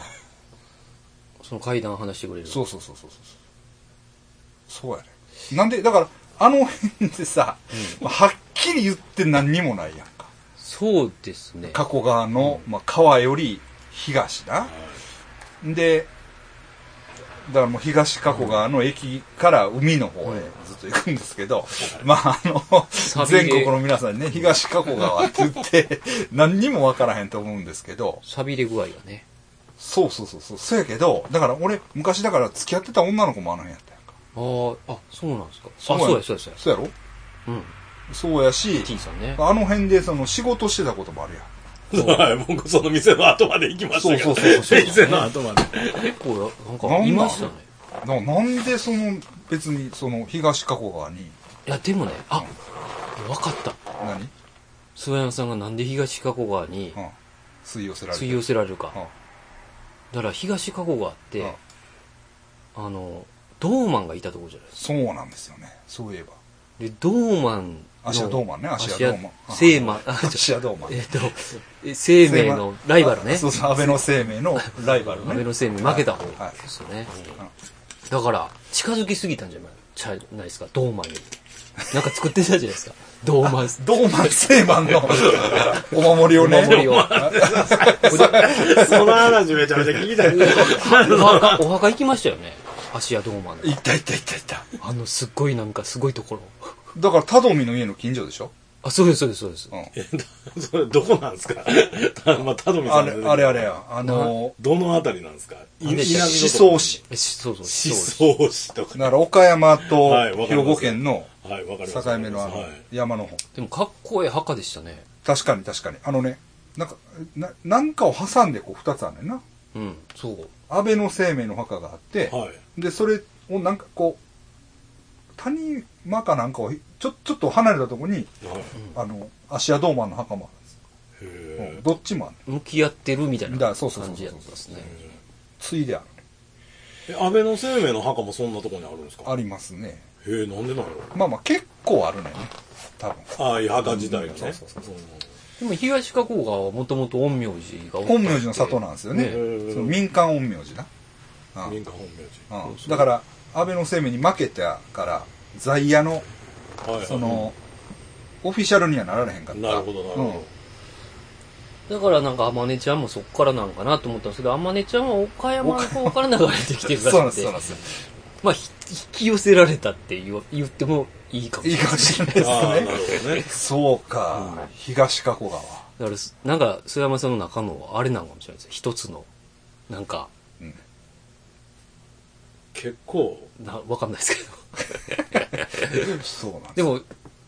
Speaker 1: その階段話してくれる。
Speaker 3: そうそうそうそうそうそうやねなんでだからあの辺でさ、まあはっきり言って何にもないやんか
Speaker 1: そうですね。
Speaker 3: 加古川の、まあ、川より東な、でだからもう東加古川の駅から海の方へずっと行くんですけど、まああの、
Speaker 1: ビで
Speaker 3: 全国の皆さんにね、東加古川って言って、何にもわからへんと思うんですけど、
Speaker 1: 錆びれ具合がね。
Speaker 3: そうそうそうそう、そうやけど、だから俺、昔だから付き合ってた女の子もあの辺やったやんか。
Speaker 1: ああ、あ、そうなんですか。あ、
Speaker 3: や
Speaker 1: そうや、そうや、そうや。
Speaker 3: そうやろ
Speaker 1: うん。
Speaker 3: そうやし、
Speaker 1: T さんね。
Speaker 3: あの辺でその仕事してたこともあるやん。
Speaker 2: はい、僕その店の後まで行きましたけど。
Speaker 3: そうそうそうそう
Speaker 2: 店の後まで。
Speaker 1: 結構、なん
Speaker 3: なん
Speaker 1: か、
Speaker 3: なん
Speaker 1: いましたね。
Speaker 3: ななんでその、別にその東加古川に、
Speaker 1: いや、でもね、あ、わかった。
Speaker 3: 何
Speaker 1: 諏訪山さんがなんで東加古川に
Speaker 3: うん。吸い寄せられ
Speaker 1: 吸
Speaker 3: て
Speaker 1: い
Speaker 3: る。
Speaker 1: 寄せられるか。
Speaker 3: うん
Speaker 1: だから東加古川って、
Speaker 3: うん
Speaker 1: あの、ドーマンがいたところじゃないですか。
Speaker 3: そうなんですよね。そういえば。
Speaker 1: で、ドーマンの。
Speaker 3: アシアドーマンねアシアドーマン
Speaker 1: アシア生命、あ、
Speaker 3: アシアドーマン
Speaker 1: えっと、え生命のライバルね。
Speaker 3: そうそう、安倍の生 命のライバルね。
Speaker 1: 安倍の生命負けた方
Speaker 3: はい。
Speaker 1: ですよね。
Speaker 3: はい
Speaker 1: だから、近づきすぎたんじゃないじゃないですか、ドーマンに。なんか作ってたじゃないですか。ドーマン、
Speaker 3: ドーマン生 マンのお守りをね。
Speaker 1: お守りを
Speaker 3: あ
Speaker 2: その話めちゃめちゃ聞きたい。
Speaker 1: お墓、お墓行きましたよね。芦屋ドーマンの
Speaker 3: いったいったいったいった。
Speaker 1: あの、すっごいなんか、すごいところ。
Speaker 3: だから、田富の家の近所でしょ
Speaker 1: あ、そうです、そうです、そうです。
Speaker 2: それどこなんですかたまあ、たどみさ
Speaker 3: あ
Speaker 2: ん
Speaker 3: れ
Speaker 2: 出てき、た
Speaker 3: あれあれや。あの、
Speaker 2: どのあたりなんですか
Speaker 1: 何でしたっ
Speaker 3: 思
Speaker 1: け
Speaker 3: 想市。
Speaker 1: え、しそうそう、
Speaker 2: 思
Speaker 1: そう
Speaker 2: 想市とか。
Speaker 3: だから、岡山と
Speaker 2: はいわかり
Speaker 3: 兵
Speaker 2: ます
Speaker 3: 庫県の
Speaker 2: はい、わかります。
Speaker 3: 境目のあ
Speaker 2: は
Speaker 3: の
Speaker 2: い。
Speaker 3: 山の方。
Speaker 1: でも、かっこええ墓でしたね。
Speaker 3: 確かに確かに。あのね、なんか、ななんかを挟んでこう二つあんねんな。
Speaker 1: うん、そう。
Speaker 3: 安倍の生命の墓があって、
Speaker 2: はい。
Speaker 3: で、それをなんかこう、谷間かなんかをちょ、ちょっと離れたところに、
Speaker 2: はい。
Speaker 3: あの、芦屋道満の墓もあるんです
Speaker 2: へ
Speaker 3: よ。う
Speaker 2: え
Speaker 3: ん。どっちもある。
Speaker 1: 向き合ってるみたいな
Speaker 3: だからそうそうそう
Speaker 1: 感じやったんですね。
Speaker 3: ついである。
Speaker 2: え安倍の生命の墓もそんなとこにあるんですか
Speaker 3: ありますね。
Speaker 2: へえ、なんでなんやろ
Speaker 3: まあまあ結構あるね。多分。
Speaker 2: ああ、いや墓自体が
Speaker 3: そう
Speaker 2: ね。
Speaker 3: そうそう
Speaker 1: でも、東加古川はもともと陰陽師がおったって
Speaker 3: 本名寺の里なんですよね。
Speaker 1: ね
Speaker 2: うん
Speaker 3: その民間陰陽師な。うん
Speaker 2: 民家本名寺。
Speaker 3: うんだから、安倍の生命に負けたから、在野の、
Speaker 2: はいはい
Speaker 3: その、オフィシャルにはなられへんかった。
Speaker 2: なるほど、なる
Speaker 3: うん
Speaker 2: ほ
Speaker 1: だからなんか、あまねちゃんもそっからなんかなと思ったんですけど、あまねちゃんは岡山の方から流れてきてるら
Speaker 3: そうなん
Speaker 1: し
Speaker 3: で
Speaker 1: くて
Speaker 3: す、そうなんです。
Speaker 1: まあ、ひ引き寄せられたって言わ言ってもいいかもし
Speaker 3: い
Speaker 1: れ
Speaker 3: い
Speaker 1: ない。
Speaker 3: かもしれないで
Speaker 2: ど。ああ、な
Speaker 3: す
Speaker 2: る
Speaker 3: ね。
Speaker 2: ほどね。
Speaker 3: そうか、東加古川。
Speaker 1: だからす、なんか、須山さんの中のあれなのかもしれないです。一つの、なんか、
Speaker 3: うん
Speaker 2: 結構、
Speaker 1: な、わかんないですけど。
Speaker 3: そうなんです。
Speaker 1: でも、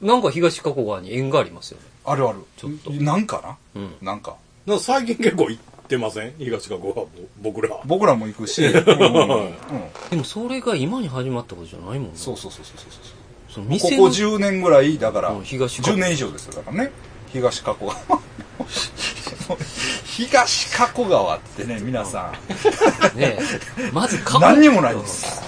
Speaker 1: なんか東加古川に縁がありますよね。
Speaker 3: あるある。
Speaker 1: ちょっと
Speaker 3: なんか
Speaker 1: う
Speaker 3: な、
Speaker 1: ん。
Speaker 3: なんか。
Speaker 2: なんか最近結構行ってません東学校は僕ら。
Speaker 3: 僕らも行くし、うんうん
Speaker 1: でも、それが今に始まったことじゃないもんね。
Speaker 3: そうそうそうそうそ
Speaker 1: そ
Speaker 3: うそう。
Speaker 1: の
Speaker 3: こ
Speaker 1: 店
Speaker 3: こ
Speaker 1: の、
Speaker 3: 10年ぐらい、だから、
Speaker 1: うん東加
Speaker 3: 10
Speaker 1: 古
Speaker 3: 年以上ですよ、だからね。東加古川。 東加古川ってね、皆さ
Speaker 1: ねまず加
Speaker 3: ん、
Speaker 1: 古
Speaker 3: 何にもないです。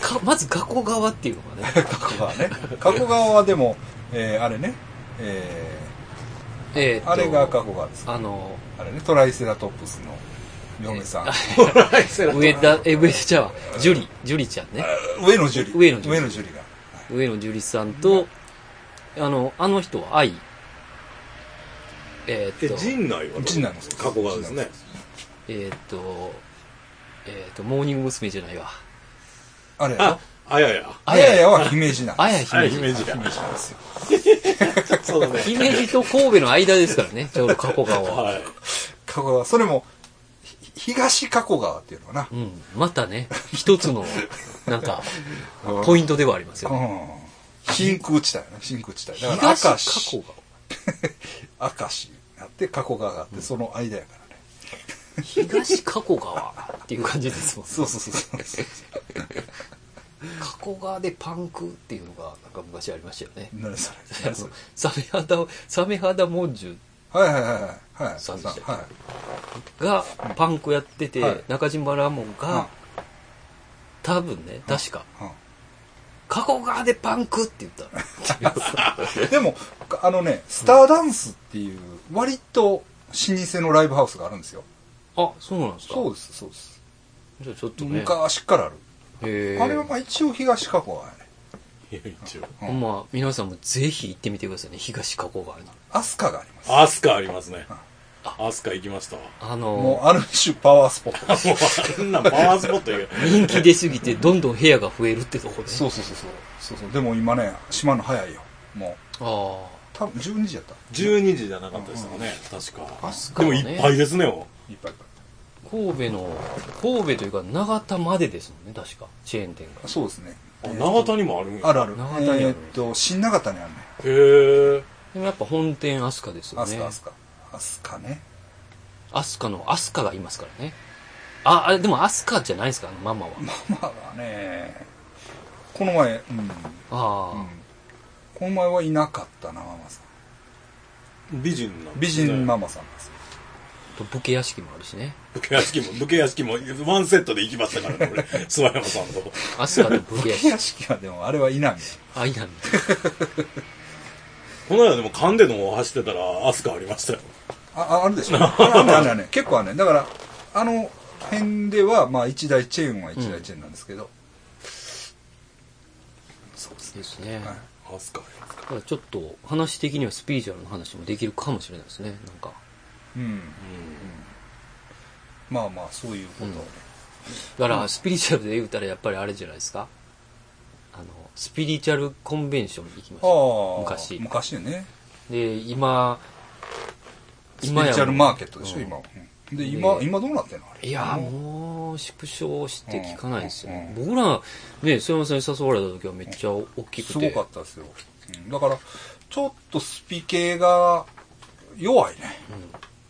Speaker 1: かまず加古川っていうのがね。
Speaker 3: 加古川ね。 加古川はでも、えーあれね、え
Speaker 1: えーっ
Speaker 3: ー
Speaker 1: と
Speaker 3: あれが加古川です。
Speaker 1: あの、
Speaker 3: あれね、トライセラトップスの嫁さん。
Speaker 1: 上田、え、上田ちゃうわ。ジュリ、ジュリちゃんね。
Speaker 3: 上野樹里。
Speaker 1: 上野樹里
Speaker 3: 上野樹里が。
Speaker 1: 上野樹里さんと、あの、あの人は愛。えー
Speaker 2: え、
Speaker 1: っと、
Speaker 2: 陣内は
Speaker 3: 陣内もそうです
Speaker 2: 過去がですね。
Speaker 1: えーっと、えーっと、モーニング娘。じゃないわ。
Speaker 3: あれやろ
Speaker 2: あ、あやや。
Speaker 3: あややは姫路なん
Speaker 1: あや
Speaker 3: です。
Speaker 2: あや
Speaker 1: 姫
Speaker 2: 姫
Speaker 1: 路。
Speaker 2: 路や。
Speaker 3: 姫路なんですよ。
Speaker 2: そうだね。
Speaker 1: 姫路と神戸の間ですからね、ちょうど加古川は。
Speaker 2: はい。
Speaker 3: 加古川、それも、ひ東加古川っていうのかな
Speaker 1: う。ん、またね、一つ の、なんか、
Speaker 3: うん
Speaker 1: ポイントではありますよね。
Speaker 3: うん。真空地帯やな、真空地帯。だから
Speaker 1: 東
Speaker 3: 明
Speaker 1: 加
Speaker 3: 石
Speaker 1: 古。川。
Speaker 3: 明石 になって、加古川があって、その間やからね。
Speaker 1: 東加古川っていう感じですもん。
Speaker 3: そうそ うそうそう。
Speaker 1: 加古川でパンクっていうのが、なんか昔ありましたよね。
Speaker 3: 何そ
Speaker 1: あ
Speaker 3: れ
Speaker 1: の。サメ肌、サメ肌モンジュ
Speaker 3: はいはいはいはい。
Speaker 1: そうでした
Speaker 3: は
Speaker 1: がパンクやってて、
Speaker 3: はい
Speaker 1: 中島ラモン
Speaker 3: い。
Speaker 1: が、多分ね、確か、
Speaker 3: うんうん
Speaker 1: 加古川でパンクって言ったの。
Speaker 3: でも、あのね、スターダンスっていう、割と老舗のライブハウスがあるんですよ。
Speaker 1: あ、そうなんですか
Speaker 3: そうです、そうです。
Speaker 1: じゃあちょっとね。
Speaker 3: 昔からある。
Speaker 1: へー
Speaker 3: あれはまあ一応東加古川やね。
Speaker 2: いや一応。
Speaker 1: ほんまあ、皆さんもぜひ行ってみてくださいね、東加古川に。
Speaker 3: アスカがあります。
Speaker 2: アスカありますね。アスカ行きましたわ。
Speaker 1: あ
Speaker 3: も
Speaker 1: の、
Speaker 3: うある種パワースポット。
Speaker 2: もうあんなんパワースポットやけど
Speaker 1: 人気出すぎてどんどん部屋が増えるってとこで。
Speaker 3: そうそうそうそう。そうそう。でも今ね、島の早いよ。もう、
Speaker 1: あ
Speaker 3: 多分12時やった。
Speaker 2: 12時じゃなかったですかね、確か。
Speaker 1: アスカはね
Speaker 2: でもいっぱいですね、も
Speaker 3: いっぱいいっぱ
Speaker 1: あ、神戸の、神戸というか長田までですもんね、確か。チェーン店
Speaker 3: い。そうですね。
Speaker 2: う。あ長田にもあるんや。
Speaker 3: あるある。
Speaker 1: 長田にある
Speaker 3: えーっと、新長田にあるね。
Speaker 2: へえ。
Speaker 1: が。でもやっぱ本店飛鳥ですよ
Speaker 3: ア
Speaker 1: ね。
Speaker 3: スカ、アスカ。アスカね。
Speaker 1: 飛鳥の飛鳥がいますからね。あ、あれでも飛鳥じゃないですか、あのママは。
Speaker 3: ママがね、この前、うん。
Speaker 1: ああ、
Speaker 3: うんこの前はいなかったな、ママさん。
Speaker 2: 美人なんですね
Speaker 3: 美人ママさんです。
Speaker 1: と武家屋敷もあるしね。
Speaker 2: 武家屋敷も武家屋敷もワンセットで行きましたからね俺諏訪山さんと
Speaker 1: アスカと武家屋 敷。
Speaker 3: 屋敷はでも、あれは稲見。
Speaker 1: あ、いいな。
Speaker 2: この間でも関電の方走ってたらアスカありましたよ
Speaker 3: あ、あある でしょ。ああるあるあるね。結構あるね。だから、あの辺では、まあ、一大チェーンは一大チェーンなんですけど。そうです
Speaker 1: で
Speaker 3: ね。
Speaker 1: すね。
Speaker 3: はい
Speaker 2: アスカあります
Speaker 1: だからちょっと話的にはスピリチュアルの話もできるかもしれないですね。なんか。
Speaker 3: うん。まあまあ、そういうことをね。
Speaker 1: だからスピリチュアルで言うたらやっぱりあれじゃないですか。あの、スピリチュアルコンベンションに行きまし
Speaker 3: あ
Speaker 1: た。
Speaker 3: あ。
Speaker 1: 昔
Speaker 3: 昔ね。
Speaker 1: で、今、
Speaker 3: スピリチュアル
Speaker 1: も
Speaker 3: マーケットでしょ、
Speaker 1: うん
Speaker 3: 今は。うんで、今、
Speaker 1: で
Speaker 3: 今どうなってんのあれ。
Speaker 1: いやーもう縮小して聞かないですよ、
Speaker 3: うん
Speaker 1: 僕らね曽山さんに誘われた時はめっちゃ大きく
Speaker 3: す
Speaker 1: て
Speaker 3: ごかったですよ。うんだから、ちょっとスピ系が弱いね。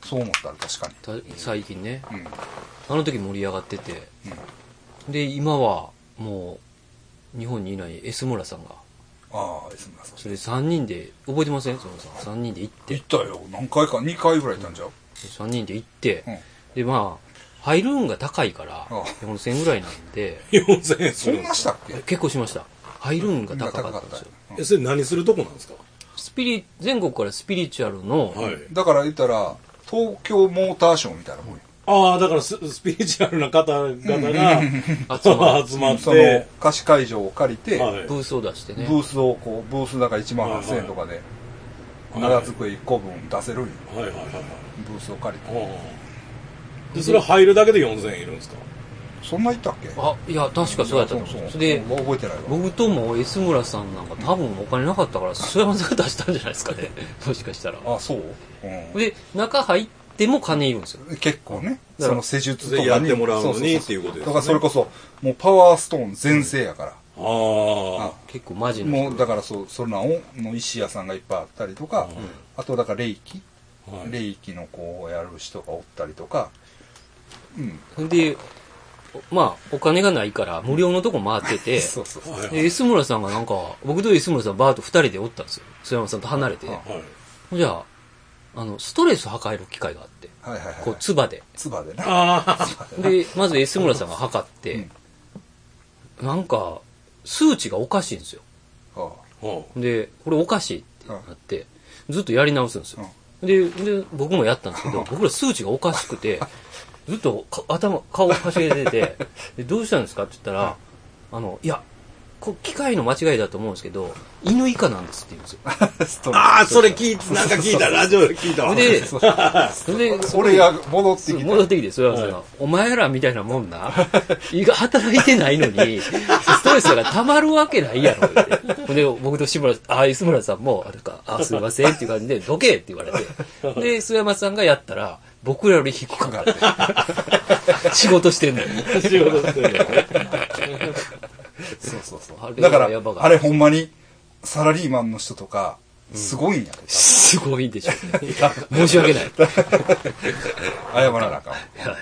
Speaker 3: そう思ったら確かに。
Speaker 1: た最近ね
Speaker 3: うん。
Speaker 1: あの時盛り上がってて、で今はもう日本にいない S 村さんが
Speaker 3: ああ、すみません。
Speaker 1: それ3人で覚えてません曽山さん3人で行って
Speaker 3: 行ったよ。何回か、2回ぐらい行ったんちゃう
Speaker 1: 3人で行って、
Speaker 3: うん
Speaker 1: でまあ入るんが高いから
Speaker 3: うん
Speaker 1: 4000円ぐらいなんで
Speaker 2: 4000円す
Speaker 3: そ
Speaker 2: る
Speaker 3: んなしたっけ
Speaker 1: 結構しました入るんが高かったんですよ
Speaker 3: うん
Speaker 2: えそれ何するとこなんですか
Speaker 1: スピリ全国からスピリチュアルの、
Speaker 2: はい
Speaker 3: だから言ったら、東京モーターショーみたいなもんよ
Speaker 2: ああだからススピリチュアルな方々 が
Speaker 1: 集まる
Speaker 2: 集まっ
Speaker 3: その
Speaker 2: て、
Speaker 3: 貸し会場を借りて、
Speaker 2: はい
Speaker 1: ブースを出して
Speaker 3: ブ
Speaker 1: ね
Speaker 3: ースをこう、ブースだから1万8000円とかで、
Speaker 2: はい
Speaker 3: 長机1個分出せるんよ。
Speaker 2: はいはいはいはい
Speaker 3: ブースを借りて。
Speaker 2: うんでそれ入るだけで4000円いるんですか
Speaker 3: そんな行ったっけ
Speaker 1: あいや確かそうやったと思う
Speaker 3: そうそう
Speaker 1: それで
Speaker 3: もう覚えてないわ。
Speaker 1: 僕とも S 村さんなんか多分お金なかったから須山さんが出したんじゃないです かねもしかしたら
Speaker 3: あ、そううん
Speaker 1: で中入っても金いるんですよ
Speaker 3: 結構ね、
Speaker 1: だから
Speaker 3: その施術とかに
Speaker 2: やってもらう
Speaker 3: そ
Speaker 2: のに
Speaker 3: そそ
Speaker 2: っていうことですね
Speaker 3: だからそれこそ、もうパワーストーン全盛やから。
Speaker 2: ああ
Speaker 3: あ
Speaker 1: 結構マジの
Speaker 3: もうだからそう、そんなんを、の石屋さんがいっぱいあったりとか、あとだから霊気、
Speaker 2: はい
Speaker 3: 霊気のこうやる人がおったりとか、うん。
Speaker 1: ほんでまあお金がないから無料のとこ回ってて
Speaker 3: そうそうそう。
Speaker 2: はいはい
Speaker 1: で S 村さんがなんか僕と S 村さんバーッと2人でおったんですよ須山さんと離れて
Speaker 3: あ
Speaker 2: はい
Speaker 1: ほんじゃああのストレス測る機会があって
Speaker 3: はいはいはい
Speaker 1: こう。つばで
Speaker 3: つばで な。
Speaker 2: あ
Speaker 1: でまず S 村さんが測って、なんか数値がおかしいんですよ
Speaker 3: あ
Speaker 2: あ。は
Speaker 1: で、これおかしいってなって、ずっとやり直すんですよ。で、で、僕もやったんですけど、僕ら数値がおかしく て、ずっとか頭、顔をかしげてて、でどうしたんですかって言ったら、あの、いや、こ機械の間違いだと思うんですけど、犬以下なんですって言うん ですよ。
Speaker 3: あストーン
Speaker 2: ああ、それ聞いて、なんか聞いた、ラジオで聞いたわ。
Speaker 1: で、
Speaker 3: そう
Speaker 1: それで、
Speaker 3: 俺が戻って
Speaker 1: す
Speaker 3: き
Speaker 1: ごい
Speaker 3: て、
Speaker 1: 戻ってきて、それはその、お前らみたいなもんな、胃が働いてないのに、ストレスが溜まるわけないやろって。ほんで、僕と志村、あ、磯村さんも、あれか、あ、すいませんっていう感じで、どけって言われて。で、須山さんがやったら、僕らより低くかかって。仕事してんのに。
Speaker 2: 仕事してるよね。
Speaker 3: そうそうそ
Speaker 1: あれ
Speaker 3: う。だから
Speaker 1: やば、かった
Speaker 3: あれほんまに、サラリーマンの人とか、すごいんやで、
Speaker 1: すごいでしょうね。申し訳ない。
Speaker 3: 謝らなあかんわ。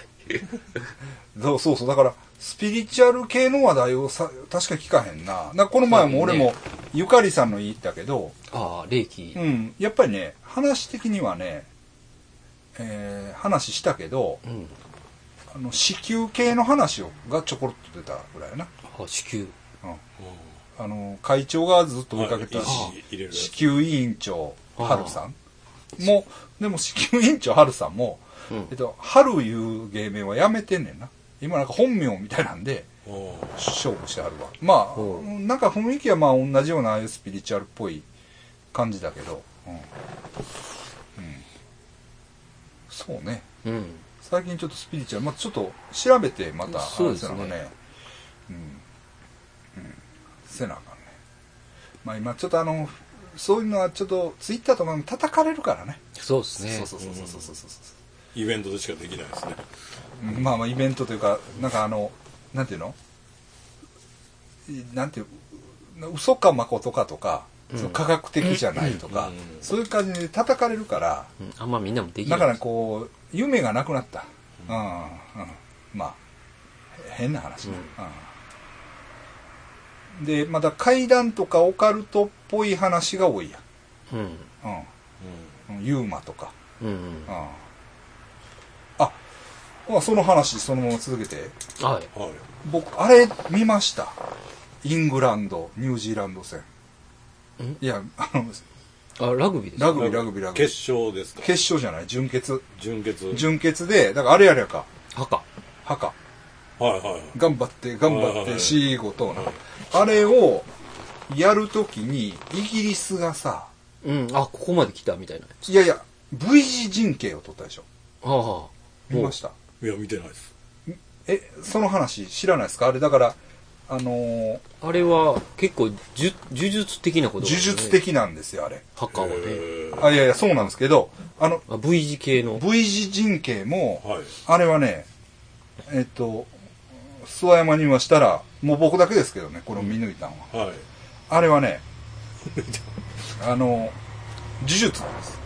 Speaker 3: そうそうそうだからスピリチュアル系の話題をさ確か聞かへんななんかこの前も俺もゆかりさんの言ったけど、
Speaker 1: ああ、霊気
Speaker 3: う。ん、やっぱりね話的にはね、えー話したけど
Speaker 1: うん。
Speaker 3: あの子宮系の話をがちょこっと出たぐらいやな、
Speaker 1: あ、子宮。
Speaker 3: うん、あの会長がずっと追いかけた
Speaker 2: はい
Speaker 3: し
Speaker 2: 入れるやつ
Speaker 3: 子宮委員長春さんもでも子宮委員長春さんも、
Speaker 1: うん
Speaker 3: えっと、春いう芸名はやめてんねんな今なんか本名みたいなんで
Speaker 2: あ
Speaker 3: 勝負してはるわま
Speaker 1: う
Speaker 3: あなんか雰囲気はまあ同じようなああいうスピリチュアルっぽい感じだけどうん、うんそうね
Speaker 1: うん。
Speaker 3: 最近ちょっとスピリチュアル、まあ、ちょっと調べてまた
Speaker 1: そうですね
Speaker 3: 話せなあかんうん、うん、せなあかんねまあ今ちょっとあのそういうのはちょっとツイッターとかも叩かれるからね
Speaker 1: そうですね。
Speaker 3: そうそうそうそうそうそうそう
Speaker 2: イベントでしかできないですね。
Speaker 3: うんまあまあイベントというかなんかあのなんていうのいなんていう嘘か誠かとか、その科学的じゃないとか、
Speaker 2: うん
Speaker 3: そういう感じで叩かれるから、
Speaker 1: うんあんまみんなもできな
Speaker 3: だ
Speaker 1: い。
Speaker 3: からこう夢がなくなった、うんうんまあへ変な話ね、うんでまだ怪談とかオカルトっぽい話が多いやん
Speaker 1: うん。
Speaker 3: うんうんユーマとか。
Speaker 1: うんうん
Speaker 3: うんあ、まあ、その話そのまま続けて。
Speaker 1: はい。
Speaker 2: はい。
Speaker 3: 僕、あれ見ました。イングランド、ニュージーランド戦
Speaker 1: ん。
Speaker 3: いや、あの、
Speaker 1: あ、ラグビーです。
Speaker 3: ラグビー、ラグビー、ラグビー。
Speaker 2: 決勝ですか
Speaker 3: 決勝じゃない準決。
Speaker 2: 準決。
Speaker 3: 準決で、だからあれやれやか、
Speaker 1: 赤。
Speaker 3: ハカ。
Speaker 2: はいはい。
Speaker 3: 頑張って、頑張っ
Speaker 2: はい
Speaker 3: て、C ごとな。あれを、やるときに、イギリスがさ、
Speaker 1: うん。あ、ここまで来たみたいな。
Speaker 3: いやいや、V 字陣形を取ったでしょ。
Speaker 1: はあ、はあ。
Speaker 3: 見ました。
Speaker 2: いや、見てないです。
Speaker 3: え、その話知らないですかあれだから、あのー
Speaker 1: あれは結構呪呪術的なこと、
Speaker 3: 呪
Speaker 1: ね、
Speaker 3: 術。的なんですよ、あれ。
Speaker 1: ハッカーはね。
Speaker 3: あ、いやいや、そうなんですけど、あの、
Speaker 1: あ V 字系の。
Speaker 3: V 字陣形も、
Speaker 2: はい。
Speaker 3: あれはね、えっと、諏訪山にはしたら、もう僕だけですけどね、これを見抜いたのは。
Speaker 2: はい。
Speaker 3: あれは ね、あの、呪術なんです。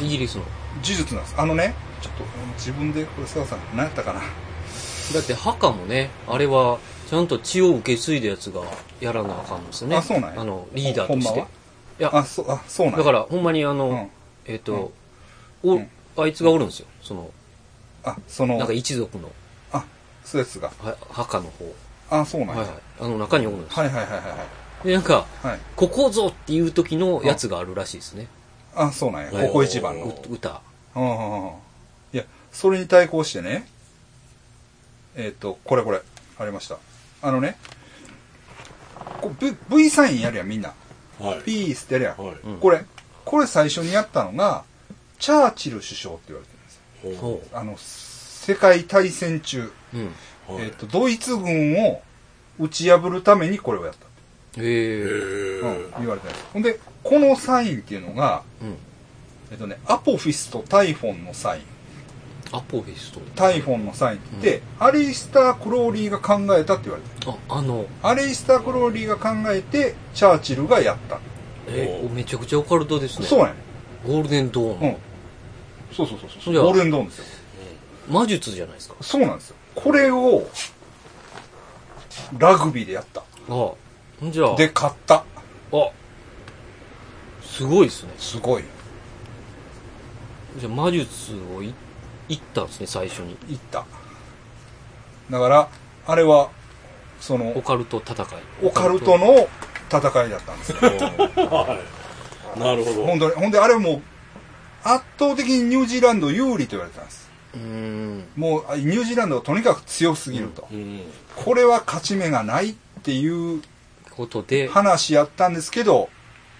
Speaker 1: あ、イギリスの。
Speaker 3: 呪術なんです。あのね、ちょっと自分で、これ、菅さん、何やったかな。
Speaker 1: だってハカもね、あれはちゃんと血を受け継いだやつがやらなあかんんですよね。
Speaker 3: あそうなんや
Speaker 1: あの、リーダーとし
Speaker 3: ほん
Speaker 1: て。
Speaker 3: ま
Speaker 1: い
Speaker 3: はあ、
Speaker 1: や、
Speaker 3: そう、あ、そうなん。
Speaker 1: だかららほんまにあの、
Speaker 3: うん
Speaker 1: えっ、と、お、
Speaker 3: うん
Speaker 1: あいつがおるんですよ。その、
Speaker 3: あ、その
Speaker 1: なんか、一族の、
Speaker 3: あ、そうやつが。
Speaker 1: はハカの方。
Speaker 3: あ、そうな
Speaker 1: は
Speaker 3: ん
Speaker 1: い
Speaker 3: や。
Speaker 1: はい。あの中におるんですよ。
Speaker 3: はいはいはいはいはい。
Speaker 1: で、なんか、
Speaker 3: はい。
Speaker 1: ここぞっていう時のやつがあるらしいですね。
Speaker 3: あ、そうなんや。
Speaker 1: はい
Speaker 3: ここ一番
Speaker 2: うん
Speaker 3: の。
Speaker 1: う歌。
Speaker 3: うんうんうんいや、それに対抗してね、えっ、と、これこれ、ありました。あのね、こう v, v サインやるやん、みんな。
Speaker 2: はい。
Speaker 3: ピースってやるやん。
Speaker 2: はい。
Speaker 1: うん
Speaker 3: これ、これ最初にやったのが、チャーチル首相って言われてるんですよ。
Speaker 1: そ
Speaker 3: あの、世界大戦中、
Speaker 1: う。うん。
Speaker 2: うはい
Speaker 3: えっ、と、ドイツ軍を打ち破るためにこれをやったって、
Speaker 1: へえ。
Speaker 2: へ
Speaker 3: うん
Speaker 2: ー
Speaker 3: 言われてるんです。ほんで、このサインっていうのが、
Speaker 1: うん。
Speaker 3: えっ、とね、アポフィスとタイフォンのサイン。
Speaker 1: アポフィスト。
Speaker 3: タイフォンのサインって、アリスター・クローリーが考えたって言われてる
Speaker 1: あ、あの、
Speaker 3: アリスター・クローリーが考えてチャーチルがやった、
Speaker 1: えー、めちゃくちゃオカルトですね。
Speaker 3: そうやね
Speaker 1: ゴールデンド
Speaker 3: んう
Speaker 1: ーン
Speaker 3: ん。そうそうそうそ
Speaker 1: そうりゃ
Speaker 3: ゴールデンドーンですよ
Speaker 1: 魔術じゃないですか。
Speaker 3: そうなんですよこれをラグビーでやった
Speaker 1: ああ。じゃあ、
Speaker 3: で買った
Speaker 1: あ、すごいですね。
Speaker 3: すごい
Speaker 1: じゃあ魔術をい、いったんですね、最初に。
Speaker 3: いっただからあれはそ
Speaker 1: オ
Speaker 3: の
Speaker 1: カルト戦い。
Speaker 3: オカルトの戦いだったんですよ
Speaker 2: はい。なるほど。
Speaker 3: 本当にほんであれはもう圧倒的にニュージーランド有利と言われてたんです
Speaker 1: うーん。
Speaker 3: もうあニュージーランドがとにかく強すぎると、
Speaker 2: うん。
Speaker 3: これは勝ち目がないっていう
Speaker 1: ことで、
Speaker 3: 話やったんですけど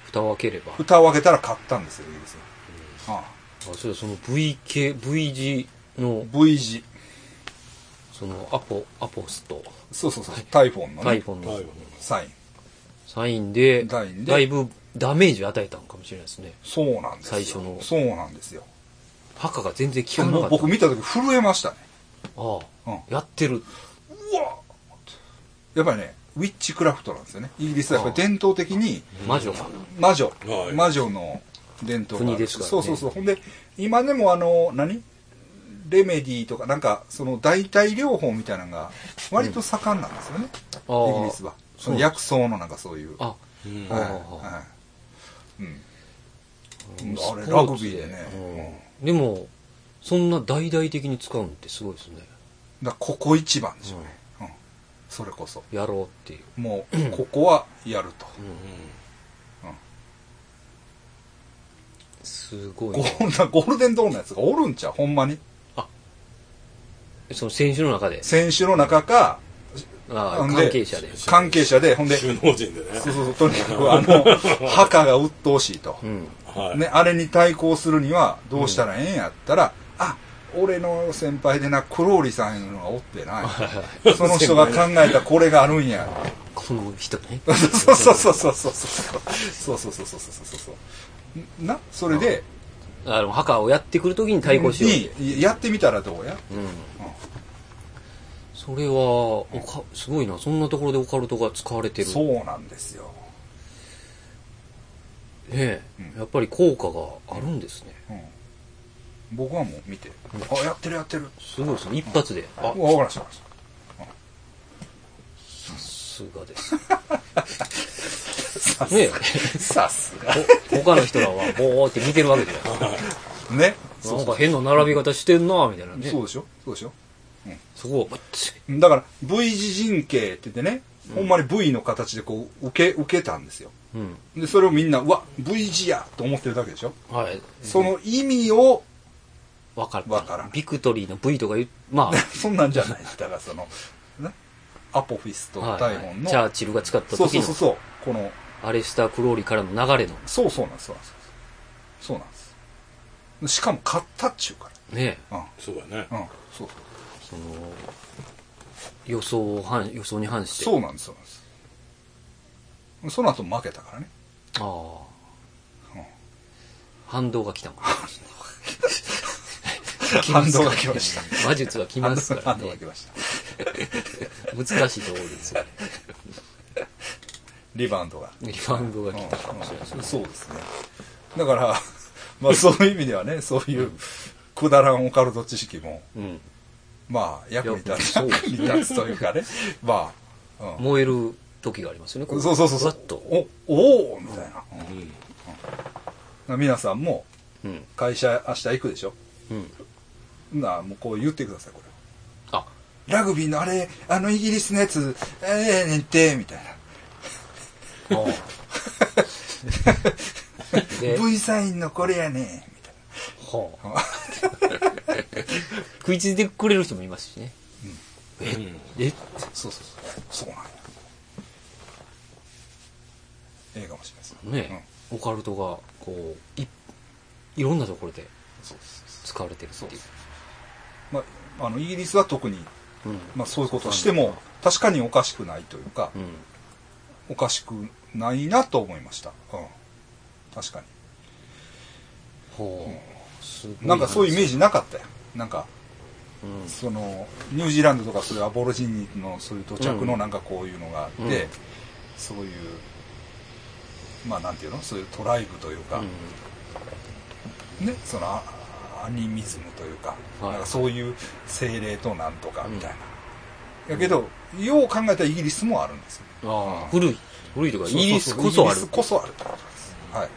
Speaker 1: 蓋を開ければ。あ、
Speaker 3: 蓋を開けたら勝ったんですよイギリスあ
Speaker 1: そうだ、その V 系、V 字の、
Speaker 3: あ V 字
Speaker 1: その、アポ、アポスト、
Speaker 3: そうそうそうタイフォンの、ね、
Speaker 1: タイフォン
Speaker 2: は
Speaker 1: の
Speaker 2: い。
Speaker 3: サイン
Speaker 1: サインで、
Speaker 3: サインで
Speaker 1: だいぶダメージ与えたのかもしれないですね。
Speaker 3: そうなんですよ
Speaker 1: 最初の
Speaker 3: そうなんですよ
Speaker 1: 墓が全然効かな
Speaker 3: も
Speaker 1: か
Speaker 3: う
Speaker 1: った。
Speaker 3: 僕見た時震えましたね
Speaker 1: ああ、
Speaker 3: うん
Speaker 1: やってる。
Speaker 3: うわやっぱりねウィッチクラフトなんですよねイギリスはやっぱり伝統的に
Speaker 1: 魔女が。
Speaker 3: 魔女、
Speaker 2: はい
Speaker 3: 魔女の伝統
Speaker 1: 国
Speaker 3: がある
Speaker 1: ですからね
Speaker 3: そうそうそうほんで今でもあの何レメディーとかなんかその代替療法みたいなのが割と盛んなんですよね、
Speaker 1: ああ
Speaker 3: イギリスはそ
Speaker 1: そう
Speaker 3: の薬草のなんかそういう
Speaker 1: あ、
Speaker 2: うん
Speaker 3: はい
Speaker 1: ああ
Speaker 3: はいうんうん
Speaker 1: スポ
Speaker 3: あ
Speaker 1: ー
Speaker 3: れ
Speaker 1: ツ
Speaker 3: ラグビーでね、
Speaker 1: うんでも、そんな大々的に使うのってすごいですね。
Speaker 3: うん、だからここ一番でしょうね、うんそれこそ
Speaker 1: やろうっていう。
Speaker 3: もうここはやると、
Speaker 1: すごい
Speaker 3: こ
Speaker 1: な。
Speaker 3: んなゴールデンドーンのやつがおるんちゃうほんまに
Speaker 1: その選手の中で、
Speaker 3: 選手の中か
Speaker 1: ああ
Speaker 3: なんで
Speaker 1: 関係者で。
Speaker 3: 関係者でほんで
Speaker 2: 収納人でね。
Speaker 3: そうそうそう、とにかくあの、墓が鬱陶しいと
Speaker 1: う。ん。
Speaker 2: はい。
Speaker 3: ね、あれに対抗するにはどうしたらええんやったら、あ、俺の先輩でな、クローリさんいうのがおってな、 その人が考えたこれがあるんや。
Speaker 1: この人ね。
Speaker 3: そうそうそうそうそうそう。そうそうそうそうそうそうそう。な、それで、
Speaker 1: あの、ハカをやってくるときに対抗しようっていう。
Speaker 3: にやってみたらどうや
Speaker 1: うん。それは、おか、すごいな。そんなところでオカルトが使われてる。
Speaker 3: そ
Speaker 1: ね
Speaker 3: うなんですよ。
Speaker 1: え
Speaker 3: う。ん
Speaker 1: やっぱり効果があるんですね。
Speaker 3: うん僕はもう見て、あ、やってるやってる。
Speaker 1: すごいですね。一発で。
Speaker 3: あ、
Speaker 1: あ
Speaker 3: わか、りましたわかりました。
Speaker 1: さすがです。
Speaker 3: さす
Speaker 1: ね
Speaker 3: さすが。
Speaker 1: 他の人らはボーって見てるわけじゃない
Speaker 3: ね。
Speaker 1: なんか変な並び方してんなみたいなね
Speaker 3: そうでしょそうでしょ
Speaker 1: そこをバッチリ
Speaker 3: だから、V 字陣形って言ってね、ほんまに V の形でこう、受け、受けたんですよ。
Speaker 1: うん
Speaker 3: で、それをみんな、うわ、V 字やと思ってるだけでしょ
Speaker 1: はい
Speaker 3: その意味を、
Speaker 1: 分かる
Speaker 3: わからん
Speaker 1: ビクトリーの V とか言うまあ
Speaker 3: そんなんじゃない。だからその、ね、アポフィスと
Speaker 1: はい
Speaker 3: 大本の、
Speaker 1: チャーチルが使った
Speaker 3: そう
Speaker 1: 時
Speaker 3: そう
Speaker 1: の
Speaker 3: そうそう、この、
Speaker 1: アレスター・クローリーからの流れの
Speaker 3: そうそうなんです、そうなんです。そうなんです。しかも買ったっちゅうか
Speaker 1: ね
Speaker 3: ら。うん。
Speaker 2: そうだね。
Speaker 3: うん。そうそう。
Speaker 1: その予想を反予想に反して
Speaker 3: そうなんです、そうなんです。その後負けたから ね。
Speaker 1: ああ、
Speaker 3: うん
Speaker 1: 反動が来た もん
Speaker 3: 反動が来ました
Speaker 1: 魔術は来ますから
Speaker 3: 反動
Speaker 1: ね
Speaker 3: が来ました。
Speaker 1: 難しいところですよね
Speaker 3: リバウンドが。
Speaker 1: リバウンドが来たかもしれない
Speaker 3: うんそうですね。だから、 まあそういう意味ではね、そういうくだらんオカルト知識も、
Speaker 1: うん
Speaker 3: まあ役に立つ、
Speaker 1: いやそう
Speaker 3: 役に立つというかね、まあ、
Speaker 1: 燃える時がありますよねこ
Speaker 3: うん、そうそうそうそ
Speaker 1: ふわ
Speaker 3: う
Speaker 1: っと、
Speaker 3: お、おおみたいな。うん
Speaker 2: うん。
Speaker 3: 皆さんも
Speaker 1: うん
Speaker 3: 会社明日行くでしょ
Speaker 1: うん、
Speaker 3: なあもうこう言ってください、これ。
Speaker 1: あ
Speaker 3: ラグビーのあれ、あのイギリスのやつ、ええねんて、みたいな。
Speaker 1: ああ で、
Speaker 3: V サインのこれやねん、みたい
Speaker 1: はあ、食いついてくれる人もいますしね、ええ
Speaker 3: な。そうそうそう。そうなんや。ええかもしれないです
Speaker 1: ね、オカルトがこういいろんなところで
Speaker 3: うんそうそうそ
Speaker 1: 使われてるっていう
Speaker 3: うまあ、あの、イギリスは特に、
Speaker 1: うん
Speaker 3: まあそういうことをしても、確かにおかしくないというか、
Speaker 1: うん
Speaker 3: おかしくないなと思いました。うん。確か
Speaker 1: ほうすご
Speaker 3: に。なんかそういうイメー
Speaker 1: ジ、
Speaker 3: ジなかったやん。なんか、
Speaker 1: うん
Speaker 3: そのニュージーランドとかそういうアボロジニのそういう土着
Speaker 1: う
Speaker 3: の
Speaker 1: ん
Speaker 3: なんかこういうのがあって、
Speaker 1: うん
Speaker 3: そういうまあなんていうのそういうトライブというか、
Speaker 1: う
Speaker 3: ねそのアアニミズムというか,、
Speaker 1: はい
Speaker 3: なんかそういう精霊となんとかみたいな、
Speaker 1: ん
Speaker 3: やけどよう考えたらイギリスもあるんですよ
Speaker 1: んああ古い古いというかイギリス
Speaker 3: そう
Speaker 1: こ
Speaker 3: そ
Speaker 1: そあ
Speaker 3: うイギ
Speaker 1: る
Speaker 3: リスこそあるってことです、は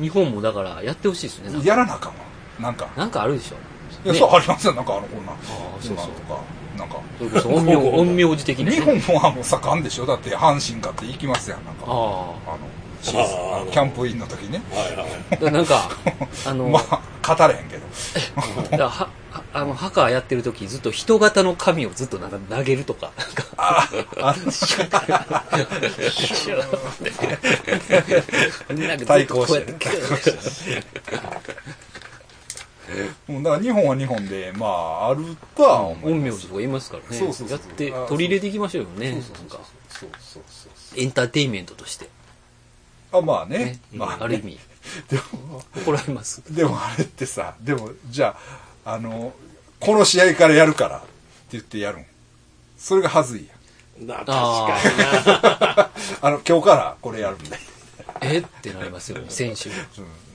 Speaker 1: 日本もだからやってほしいですねなん
Speaker 3: い、
Speaker 1: か
Speaker 3: やらなあかんわなんか
Speaker 1: なんかあるでし ょ
Speaker 3: いや、
Speaker 1: ね
Speaker 3: そうありますよなんかあのこんな
Speaker 1: あ
Speaker 3: そ
Speaker 1: そうう
Speaker 3: な
Speaker 1: そうん
Speaker 3: とかなんか
Speaker 1: それこそ陰陽陰陽師的なね
Speaker 3: 日本はもう盛んでしょだって阪神買って行きますやんなんか
Speaker 1: あ
Speaker 3: あのシーズン
Speaker 2: あー
Speaker 3: あのキャンプインの時ね
Speaker 2: はいはい。
Speaker 1: あ だからなんかあの、
Speaker 3: まあ語れへんけど
Speaker 1: だからははあのハカーやってる時ずっと人型の髪をずっとなんか投げるとかなんか
Speaker 3: ああ
Speaker 1: シューってなんかず
Speaker 3: 対
Speaker 1: っとこう
Speaker 3: 抗し
Speaker 1: やってて
Speaker 3: ね対抗してねもうだから日本は日本でまああるとは思い
Speaker 1: 陰
Speaker 3: ま
Speaker 1: 陽
Speaker 3: す
Speaker 1: 師とかいますからね
Speaker 3: そうそうそ
Speaker 1: や
Speaker 3: う
Speaker 1: って
Speaker 3: ああ
Speaker 1: 取り入れていきましょうよね
Speaker 3: そうそ
Speaker 1: なん
Speaker 3: うそう
Speaker 1: か
Speaker 3: そうそうそうそう
Speaker 1: エンターテインメントとして、
Speaker 3: あまあ
Speaker 1: ね
Speaker 3: ねま
Speaker 1: うん
Speaker 3: あ
Speaker 1: ある
Speaker 3: ね
Speaker 1: 意味
Speaker 3: でも
Speaker 1: 怒られます
Speaker 3: でもあれってさでもじゃああのこの試合からやるからって言ってやるんそれがはずいやん
Speaker 2: な、確
Speaker 1: あ
Speaker 2: か
Speaker 3: あの今日からこれやるんで
Speaker 1: えってなりますよ選手
Speaker 3: うんうん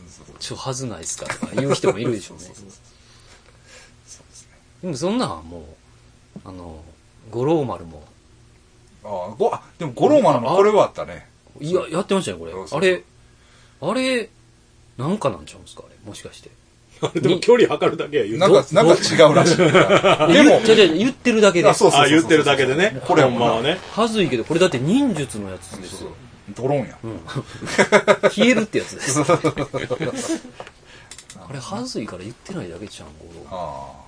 Speaker 3: そうそう
Speaker 1: ちょはずないっすかとか言う人もいるでしょうね
Speaker 3: そうそうそうそうですね
Speaker 1: でもそんなんはもうあの五郎丸も
Speaker 3: ああごあでも五郎丸のこれはあったね
Speaker 1: いややってましたよこれ
Speaker 3: そうそう
Speaker 1: あれあれなんかなんちゃうんですかあれもしかして
Speaker 2: にな。でも距離測るだけは言う
Speaker 3: なんか
Speaker 2: と
Speaker 3: なんか違うらしいで
Speaker 1: 言
Speaker 3: も
Speaker 1: っじゃじゃ言ってるだけで
Speaker 3: あそう
Speaker 2: あ、言ってるだけでね。
Speaker 3: これは
Speaker 2: ほんまはね。
Speaker 1: はずいけどこれだって忍術のやつ
Speaker 3: そう
Speaker 1: です
Speaker 3: そう
Speaker 1: よ
Speaker 3: ドローンや、
Speaker 1: 消えるってやつです
Speaker 3: そうそうそう
Speaker 1: あれはずいから言ってないだけじゃん五郎丸
Speaker 3: あ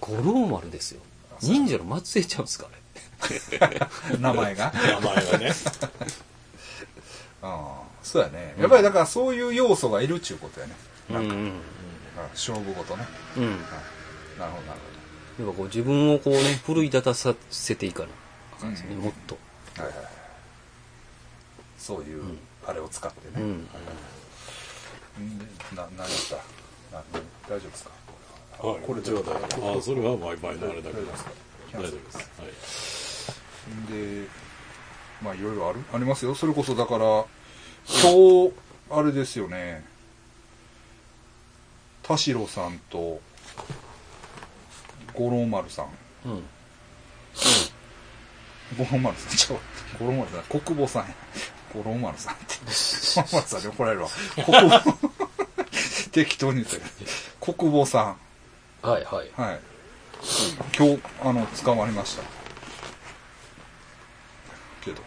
Speaker 1: 五郎丸ですよ忍者の末裔ちゃうんですかあれ
Speaker 3: あ名前が
Speaker 2: 名前はね。
Speaker 3: ああそうやねやっぱりだからそういう要素がいるっちゅうことやね
Speaker 1: うんうん
Speaker 3: ああ勝負ごとね
Speaker 1: うん
Speaker 3: ああなるほどな
Speaker 1: や
Speaker 3: る
Speaker 1: っぱこう自分をこうね奮い立たさせていかなあかんですね
Speaker 3: うん
Speaker 1: もっと
Speaker 3: ほどはいはいはいそういう、あれを使ってね、
Speaker 1: う
Speaker 3: うん
Speaker 1: ん
Speaker 3: な何だったな大丈夫ですか
Speaker 2: はい、これちょうだい。あ、それは毎晩のあ
Speaker 3: 大丈
Speaker 2: れだけど。大丈
Speaker 3: 夫
Speaker 2: 夫
Speaker 3: です
Speaker 2: です。
Speaker 3: でまあいろいろあるありますよそれこそだから今日あれですよね田代さんと五郎丸さん
Speaker 1: うん
Speaker 3: 五郎丸さんちゃうわ五郎丸さん国母さんや五郎丸 さんって。五郎丸さんに怒られるわ。国防、 適当に言ったけど。国防さん。
Speaker 1: はいはい。
Speaker 3: はい。今日、あの、捕まりました。けど、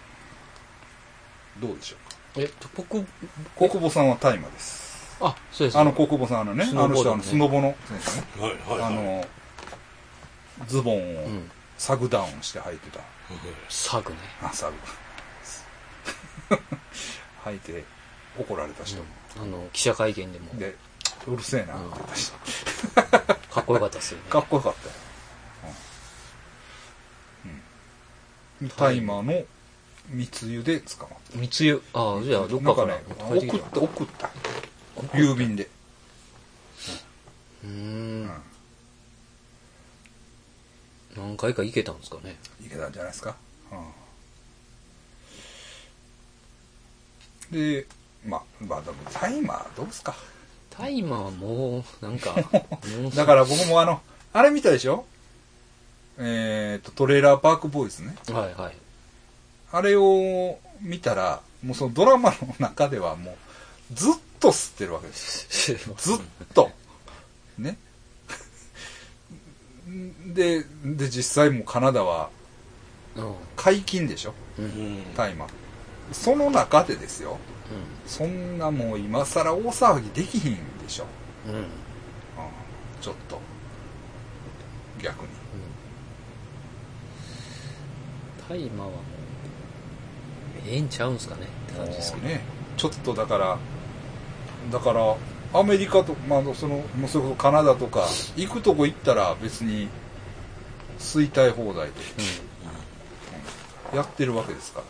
Speaker 3: どうでしょ
Speaker 1: えっと、僕、
Speaker 3: うか。国母さんは大麻です。
Speaker 1: あ、そうです。
Speaker 3: あの、国母さん、あのね、
Speaker 1: ス
Speaker 3: あ
Speaker 1: ノ
Speaker 3: の
Speaker 1: ボー
Speaker 3: 人、
Speaker 1: ドの
Speaker 3: あの、
Speaker 1: ね
Speaker 3: スノボの選手ね。
Speaker 2: はいはい
Speaker 3: あ
Speaker 2: はい。
Speaker 3: の、ズボンを
Speaker 1: うん。
Speaker 3: サグダウンして履いてた。
Speaker 1: サグね。
Speaker 3: あ、サグ。 履いて怒られた人。
Speaker 1: あの、記者会見でも、
Speaker 3: で、うるせえな、って
Speaker 1: うん
Speaker 3: 言った人。
Speaker 1: かっこよかった ですよね。
Speaker 3: かっこよかったよ。うん。うん、タイマーの密輸で捕まっ
Speaker 1: 密輸、ああ、じゃあ、
Speaker 3: た。
Speaker 1: どっかから
Speaker 3: なん
Speaker 1: 帰て
Speaker 3: ね、
Speaker 1: きた
Speaker 3: 送っ
Speaker 1: な
Speaker 3: た、送った。郵便で。
Speaker 1: うーん
Speaker 3: うん。
Speaker 1: 何回か行けたんですかね。
Speaker 3: いけたんじゃないですか。うん、で、まあ、まあ、でもタイマーどうすか。
Speaker 1: タイマーはもう、なん か、もう
Speaker 3: だから僕もあの、あれ見たでしょえっ、と、トレーラーパークボーイズね。
Speaker 1: はいはい。
Speaker 3: あれを見たら、もうそのドラマの中ではもう、ずっと吸ってるわけですよずっと。ね。で、で、実際もうカナダは
Speaker 1: うん。
Speaker 3: 解禁でしょ
Speaker 1: うん。
Speaker 3: 大麻。その中でですよ。
Speaker 1: う
Speaker 3: そんなもう今更大騒ぎできひんでしょ。
Speaker 1: ん。うん。
Speaker 3: うん、ちょっと。逆に。
Speaker 1: タイマーはもう、ええんちゃうんすかねって感じですけど。
Speaker 3: ね。ちょっとだから、だから、アメリカと、まあ、その、もうそれこそカナダとか、行くとこ行ったら別に、吸いたい放題とやってるわけですか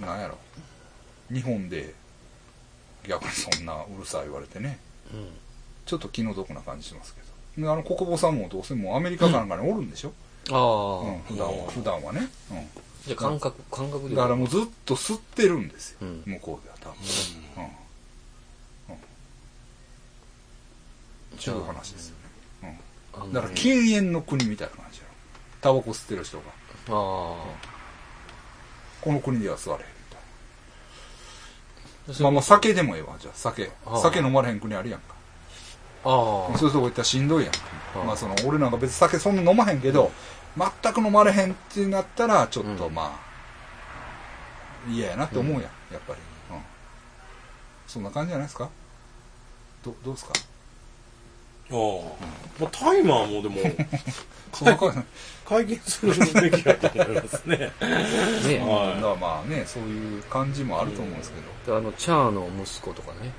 Speaker 3: ら。なんやろ。日本で、逆にそんなうるさい言われてね。
Speaker 1: うん。うん。
Speaker 3: ちょっと気の毒な感じしますけど。であの、国防さんもどうせもうアメリカかなんかにおるんでしょ、
Speaker 1: ああ、
Speaker 3: うん、普段
Speaker 2: うん
Speaker 3: は、普段はね。
Speaker 1: じゃあ感覚、感覚
Speaker 3: うん。
Speaker 1: で。
Speaker 3: だからもうずっと吸ってるんですよ。
Speaker 1: うん
Speaker 3: 向こうでは多分。うん。うん。ちゅう話ですよね。
Speaker 1: あ
Speaker 3: う
Speaker 1: の
Speaker 3: ん。だから禁煙の国みたいな感じやろ。タバコ吸ってる人が、
Speaker 1: あ
Speaker 3: この国では吸われへんみたいな。
Speaker 1: あ。
Speaker 3: まあまあ酒でもええわ、じゃあ酒
Speaker 1: あ。あ
Speaker 3: 酒飲まれへん国あるやんか。
Speaker 1: ああ。
Speaker 3: そういうとこ行ったらしんどいやん
Speaker 1: ああ。
Speaker 3: まあその、俺なんか別に酒そんな飲まへんけど、全く飲まれへんってなったら、ちょっと
Speaker 1: うん
Speaker 3: まあ、嫌やなって思うやん、やっぱり。うん。そんな感じじゃないですかど、どう ですか
Speaker 2: ああ。まあ、タイマーもでも、
Speaker 3: そうか。だか
Speaker 2: 解禁するべきだと思いますね。
Speaker 1: ねえ。
Speaker 2: は
Speaker 3: らまあね、そういう感じもあると思うんですけど。
Speaker 1: あの、チャーの息子とかね。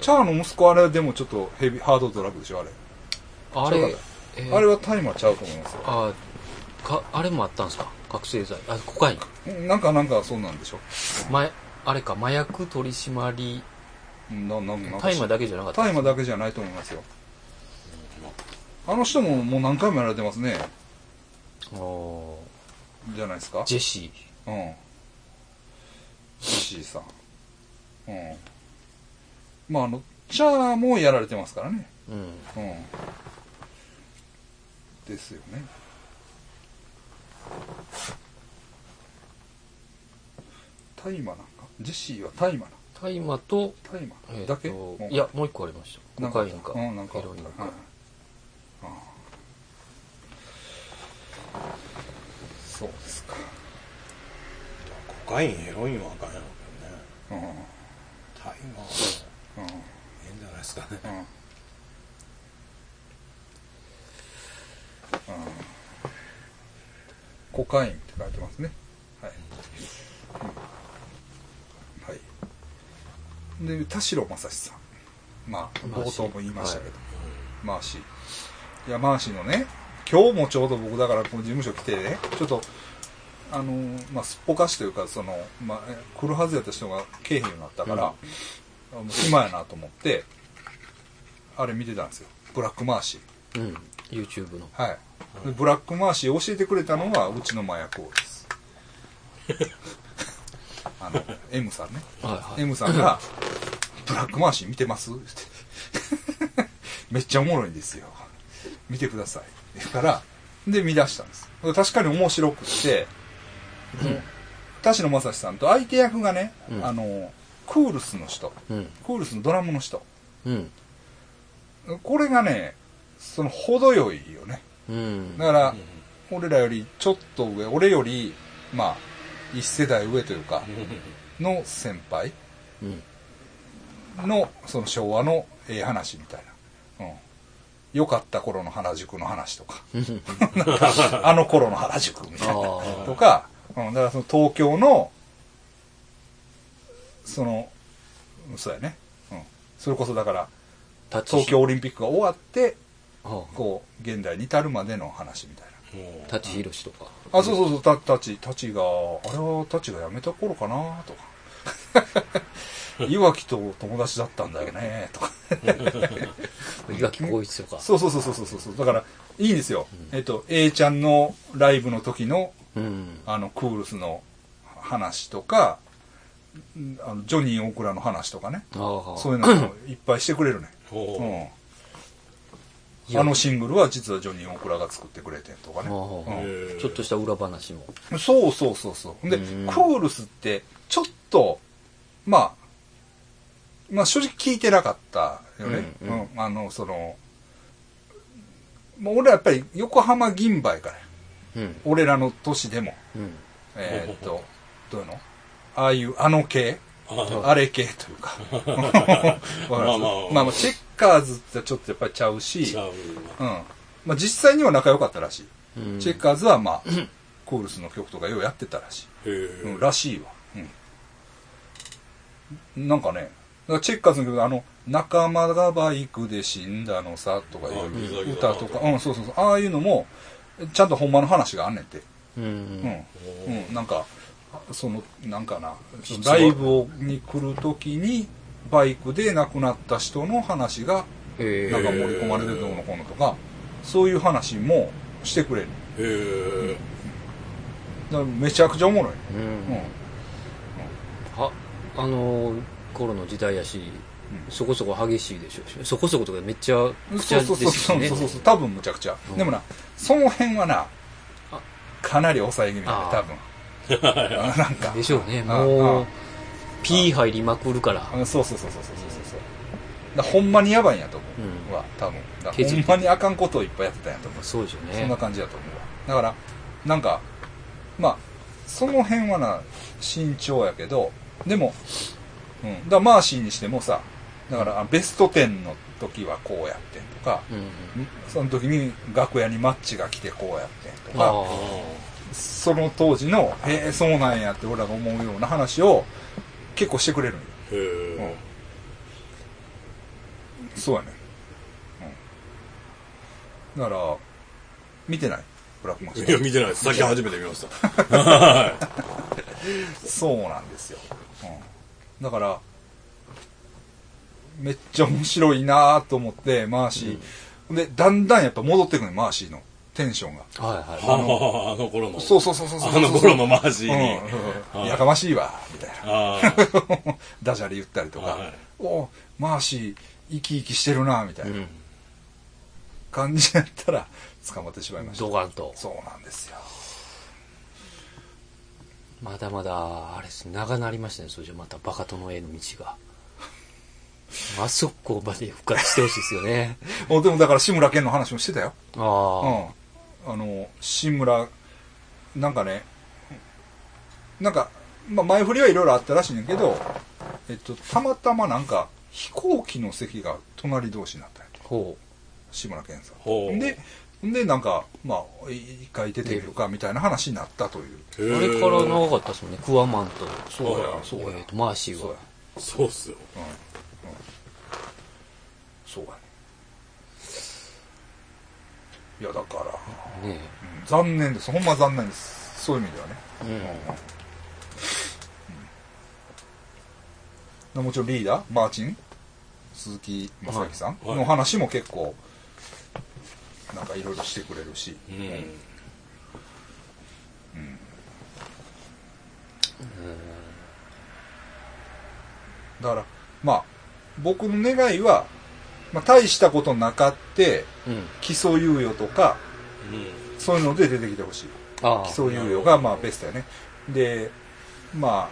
Speaker 3: チャーの息子あれはでもちょっとヘビ、ハードドラッグでしょ、あれ。
Speaker 1: あ
Speaker 3: チャ
Speaker 1: れ
Speaker 3: ーだ、
Speaker 1: え
Speaker 3: あれ
Speaker 1: は、
Speaker 3: はタイマーちゃうと思いますよ。
Speaker 1: ああ、か、あれもあったんですか覚醒剤。あ、コカイン。
Speaker 3: なんかなんかそうなんでしょ
Speaker 1: ま、あれか、麻薬取締り、
Speaker 3: な、なんなんか
Speaker 1: 大麻だけじゃなかった。
Speaker 3: 大麻だけじゃないと思いますよあの人ももう何回もやられてますね
Speaker 1: あー
Speaker 3: じゃないですか
Speaker 1: ジェシ
Speaker 3: うん石井さんうんまああのチャーもやられてますからね
Speaker 1: ー。うん。
Speaker 3: うんですよね大麻なんかジェシーは大麻な
Speaker 1: 大麻と、
Speaker 3: 大
Speaker 1: えーと
Speaker 3: 麻だけ、うん
Speaker 1: いや、もう一個ありました。
Speaker 3: なん
Speaker 1: コカインか、
Speaker 3: うん、なんか
Speaker 1: ヘロインか。
Speaker 3: はいああそうですか。
Speaker 2: コカイン、ヘロインはあかんやろうけど
Speaker 3: う
Speaker 2: ね。
Speaker 3: ん。うん。
Speaker 2: タイマーは、ええんじゃないですかね。
Speaker 3: うん。うんコカインって書いてますね。はい。うんはい。で、田代正史さん。まあ、
Speaker 1: マー
Speaker 3: 冒
Speaker 1: シー
Speaker 3: 頭も言いましたけど。マーシー。いや、マーシーのね、今日もちょうど僕だからこの事務所来てね、ちょっと、あのーまあ、すっぽかしというか、その、まあ、え来るはずやった人が来えへんようになったから、あもう暇やなと思って、あれ見てたんですよ。ブラックマーシー。
Speaker 1: うん。YouTube の。
Speaker 3: はい。でブラックマーシー教えてくれたのが、うちの麻薬王です。あの、M さんね。
Speaker 1: はいはい。
Speaker 3: M さんが、ブラックマーシー見てますって。めっちゃおもろいんですよ。見てください。言うから、で見出したんです。確かに面白くって、田代正史さんと相手役がね、
Speaker 1: うん
Speaker 3: あの、クールスの人。
Speaker 1: うん。
Speaker 3: クールスのドラムの人。
Speaker 1: うん。
Speaker 3: これがね、その程よいよね。
Speaker 1: うん。
Speaker 3: だから、俺らよりちょっと上、俺より、まあ、一世代上というか、の先輩
Speaker 1: うん。
Speaker 3: の、その昭和のええ話みたいな。うん。良かった頃の原宿の話とか、
Speaker 1: うん。
Speaker 3: なんかあの頃の原宿み
Speaker 1: あ
Speaker 3: たいな。
Speaker 1: あ。
Speaker 3: とか、うん、だからその東京の、その、うんそうやね。うん。それこそだから、
Speaker 1: タッチ
Speaker 3: 東
Speaker 1: ヒ
Speaker 3: 京オリンピックが終わって、
Speaker 1: あ
Speaker 3: こう、現代に至るまでの話みたいな。
Speaker 1: あタッチヒロシとか。
Speaker 3: あ、そうそうそう、た、たち、たちが、あれはたちが辞めた頃かなとか。いわきと友達だったんだよねとか。
Speaker 1: 岩木光一とか。
Speaker 3: そうそうそうそうそうそう。だから、いいんですよ。えっと、A ちゃんのライブの時の、
Speaker 1: うん。
Speaker 3: あの、クールスの話とか、んあのジョニー・オクラの話とかね。
Speaker 1: ああ。
Speaker 3: そういうのをいっぱいしてくれるね。うん。あのシングルは実はジョニー・オクラが作ってくれてんとかね。
Speaker 1: ああ
Speaker 3: うん
Speaker 1: ちょっとした裏話も。
Speaker 3: そうそうそうそう。で、
Speaker 1: う
Speaker 3: ク
Speaker 1: ん
Speaker 3: ールスって、ちょっと、まあ、まあ正直聞いてなかったよね。
Speaker 1: う
Speaker 3: うんん、
Speaker 1: う
Speaker 3: あの、その、もう俺はやっぱり横浜銀杯から、
Speaker 1: うん。
Speaker 3: 俺らの都市でも、
Speaker 1: うん。
Speaker 3: えーっと、どういうのああいう、あの系
Speaker 2: あ
Speaker 3: あれ系というか。わかります
Speaker 2: まあまあ
Speaker 3: まあまあ、チェッカーズってちょっとやっぱりちゃうし、
Speaker 2: ち
Speaker 3: うん。
Speaker 2: ゃう
Speaker 3: まあ実際には仲良かったらしい。
Speaker 1: うん
Speaker 3: チェッカーズはまあ、コールスの曲とかようやってたらしい。
Speaker 2: へえ
Speaker 3: うん、らしいわ。うん。なんかね、だからチェッカーズの曲であの、仲間がバイクで死んだのさとかい
Speaker 2: あ水
Speaker 3: う
Speaker 2: 上
Speaker 3: 歌とか、うん、そうそうそう、ああいうのも、ちゃんとほんまの話があんねんて。
Speaker 1: う。
Speaker 3: うんん。うん、なんか、その、なんかな、そのライブをに来るときに、バイクで亡くなった人の話が、
Speaker 1: ええ
Speaker 3: なんか盛り込まれてどうのこうのとか、そういう話もしてくれる。
Speaker 2: へえ
Speaker 3: だからめちゃくちゃおもろい。
Speaker 1: う
Speaker 3: うん
Speaker 1: ん。。は、あのー頃の時代やし、そこそこ激しいでしょうし、そこそことかめっちゃ、くち
Speaker 3: そ
Speaker 1: ゃ
Speaker 3: う
Speaker 1: で
Speaker 3: そうそう
Speaker 1: すし
Speaker 3: そう
Speaker 1: ね。
Speaker 3: そうそう多分むちゃくちゃ、
Speaker 1: うん
Speaker 3: でもなその辺はな
Speaker 1: あ
Speaker 3: かなり抑え気味だね
Speaker 1: あー
Speaker 3: 多分 あなんか
Speaker 1: でしょうね。
Speaker 3: ああ
Speaker 1: もう
Speaker 3: あ、
Speaker 1: ピー入りまくるから。
Speaker 3: うんそうそうそうそうそうそうそうだからほんまにやばいんやと思
Speaker 1: うん
Speaker 3: うわ、多分だか
Speaker 1: ケ
Speaker 3: ら
Speaker 1: チ
Speaker 3: ほんまにあかんことをいっぱいやってたんやと思う
Speaker 1: そうですよ
Speaker 3: そんな
Speaker 1: ね。
Speaker 3: 感じやと思うわだからなんかまあその辺はな慎重やけどでも、うん、だからマーシーにしてもさだからあベスト10の時はこうやってんとか、
Speaker 1: うん。
Speaker 3: その時に楽屋にマッチが来てこうやってんと
Speaker 1: あ
Speaker 3: か、
Speaker 1: あ。
Speaker 3: その当時の、へえ、そうなんやって俺らが思うような話を結構してくれるんよ。
Speaker 2: へえ
Speaker 3: そうやね。うん。だから、見てないブラックマンシ
Speaker 2: いや
Speaker 3: ー。
Speaker 2: 見てないですさっき初めて見ました
Speaker 3: そうなんですよ。うん。だから、めっちゃ面白いなぁと思って、マーシー。で、だんだんやっぱ戻ってくるマーシーのテンションが。
Speaker 1: はい
Speaker 2: あ
Speaker 1: は
Speaker 2: のあの頃の
Speaker 3: そうそうそうそうそう。
Speaker 2: あの頃のマジに
Speaker 3: うん。
Speaker 2: はい
Speaker 3: やかましいわ、みたいな。
Speaker 2: あ
Speaker 3: ダジャレ言ったりとか、
Speaker 2: はい
Speaker 3: おマーシー生き生きしてるなみた
Speaker 1: い。。
Speaker 3: いうなん感じやったら捕まってしまいました、
Speaker 1: ドカンと。
Speaker 3: そうなんですよ
Speaker 1: まだまだ、あれですね、長なりましたね、それじゃまたバカ殿への道が。あそこまで復活してほしいですよね。
Speaker 3: おでもだから志村けんの話もしてたよ、う
Speaker 1: ああ。
Speaker 3: ん、あの志村なんかねなんか、まあ、前振りはいろいろあったらしいねんだけど、えっと、たまたまなんか飛行機の席が隣同士になったんやと
Speaker 1: ほ
Speaker 3: 志村けんさ
Speaker 2: ほうん
Speaker 3: ででなんかまあい一回出てみるかみたいな話になったという
Speaker 2: あ
Speaker 1: う。あれから長かったですもんね、クワマンと、
Speaker 3: そうや
Speaker 1: え
Speaker 3: そうや
Speaker 1: ーと、マーシー
Speaker 3: そう
Speaker 1: は
Speaker 3: や。
Speaker 2: そうっすよ
Speaker 3: そうやねいやだから、
Speaker 1: ね
Speaker 3: うん残念ですほんま残念ですそういう意味ではね、
Speaker 1: え。う
Speaker 3: うんもちろんリーダーマーチン鈴木正樹さん
Speaker 2: はい
Speaker 3: の話も結構なんかいろいろしてくれるし、
Speaker 2: うん
Speaker 3: だからまあ僕の願いは、まあ、大したことなかって
Speaker 1: ん。うん。
Speaker 3: 基礎猶予とか
Speaker 2: うん
Speaker 3: そういうので出てきてほしい
Speaker 1: ああ
Speaker 3: 基。礎猶予がまあベストやねでま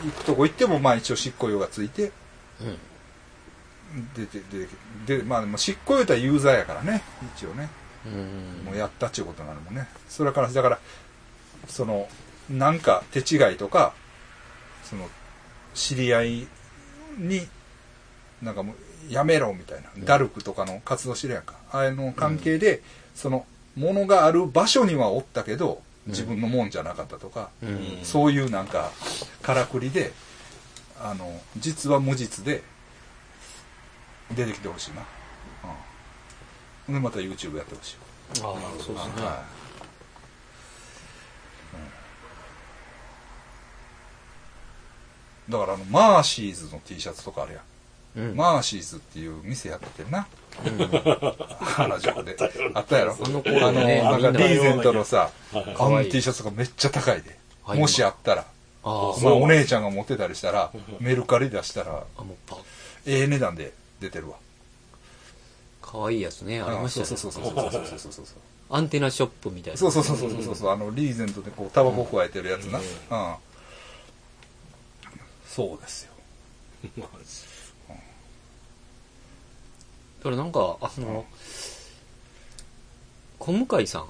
Speaker 3: あ、行くとこ行っても、まあ一応執行猶予がついて、
Speaker 1: うん。
Speaker 3: 出て、出て、で、まあでも執行猶予とは有罪やからね、一応ね。
Speaker 1: うん。
Speaker 3: もうやったっちゅうことになるもんね。それから、だから、その、なんか手違いとか、その、知り合いに、なんかもう、やめろみたいな、ダルクとかの活動してるやんか。あれの関係で、その、ものがある場所にはおったけど、自分のもんじゃなかったとか、
Speaker 1: うん
Speaker 3: そういうなんか、からくりで、あの、実は無実で、出てきてほしいな。うん。で、また YouTube やってほしい。
Speaker 1: ああ、そうですね。
Speaker 3: はだからあのマーシーズの T シャツとかあるや
Speaker 1: うん
Speaker 3: ん、マーシーズっていう店やっててな、 原宿であったやろ
Speaker 1: あの頃ね
Speaker 3: あのなんかリーゼントのさ
Speaker 2: みんな
Speaker 3: あの T シャツがめっちゃ高いで、
Speaker 1: はい
Speaker 3: もしあったら、
Speaker 1: あ
Speaker 3: ま
Speaker 2: そ
Speaker 3: あ、
Speaker 2: う
Speaker 3: お姉ちゃんが持ってたりしたらメルカリ出したら
Speaker 1: あ、あ、もうパ、
Speaker 3: ええ値段で出てるわ
Speaker 1: かわいいやつね、ありました
Speaker 3: そう
Speaker 1: ね。
Speaker 3: そうそうそうそうそうそうそうそう
Speaker 1: アンテナショップみたいな。
Speaker 3: そうそうそうそうそうそう、あのリーゼントでこうタバコくわえてるやつな、うんそうですよ
Speaker 1: だからなんか、あの、小向井さん。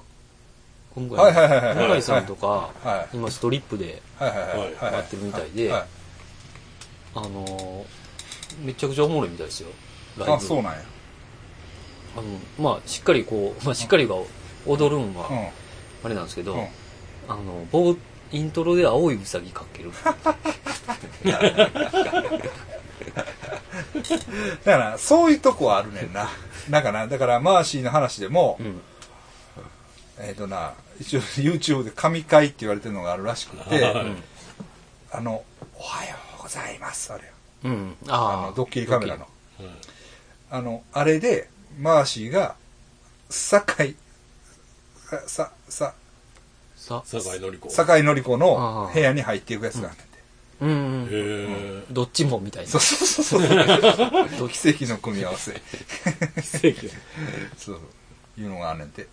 Speaker 1: 小向井
Speaker 3: はいはいはいはい
Speaker 1: 小向井さんとか
Speaker 3: は、い
Speaker 1: 今ストリップで
Speaker 3: はいはいはいはい
Speaker 1: やってるみたいで、
Speaker 3: はい
Speaker 1: あの、めちゃくちゃおもろいみたいですよ。ライブ。
Speaker 3: あそうなんや
Speaker 1: あの、まあ、しっかりこう、まあ、しっかりが踊るん
Speaker 3: う
Speaker 1: は、
Speaker 3: ん
Speaker 1: あれなんですけど、
Speaker 3: うん
Speaker 1: あの、ボー、イントロで青いウサギか ける。
Speaker 3: だからそういうとこはあるね んなだからだからマーシーの話でも、
Speaker 1: うん。
Speaker 3: えっ、とな一応 YouTube で神回って言われてるのがあるらしくて、あの「おはようございます」あれよ
Speaker 1: うん。
Speaker 3: あ
Speaker 1: ああ
Speaker 3: の。ドッキリカメラの
Speaker 2: うん
Speaker 3: あのあれでマーシーが酒井ささ
Speaker 1: さ、
Speaker 2: 酒井紀子。
Speaker 3: 酒井紀子
Speaker 1: あ
Speaker 3: の
Speaker 1: ー
Speaker 3: 部屋に入っていくやつなんて、
Speaker 1: うん
Speaker 2: へ
Speaker 1: うん。
Speaker 2: え。
Speaker 1: どっちもみたいな
Speaker 3: そう。そうそうそう 奇跡の組み合わせ
Speaker 1: 奇跡
Speaker 3: そういうのがあんねんて、うん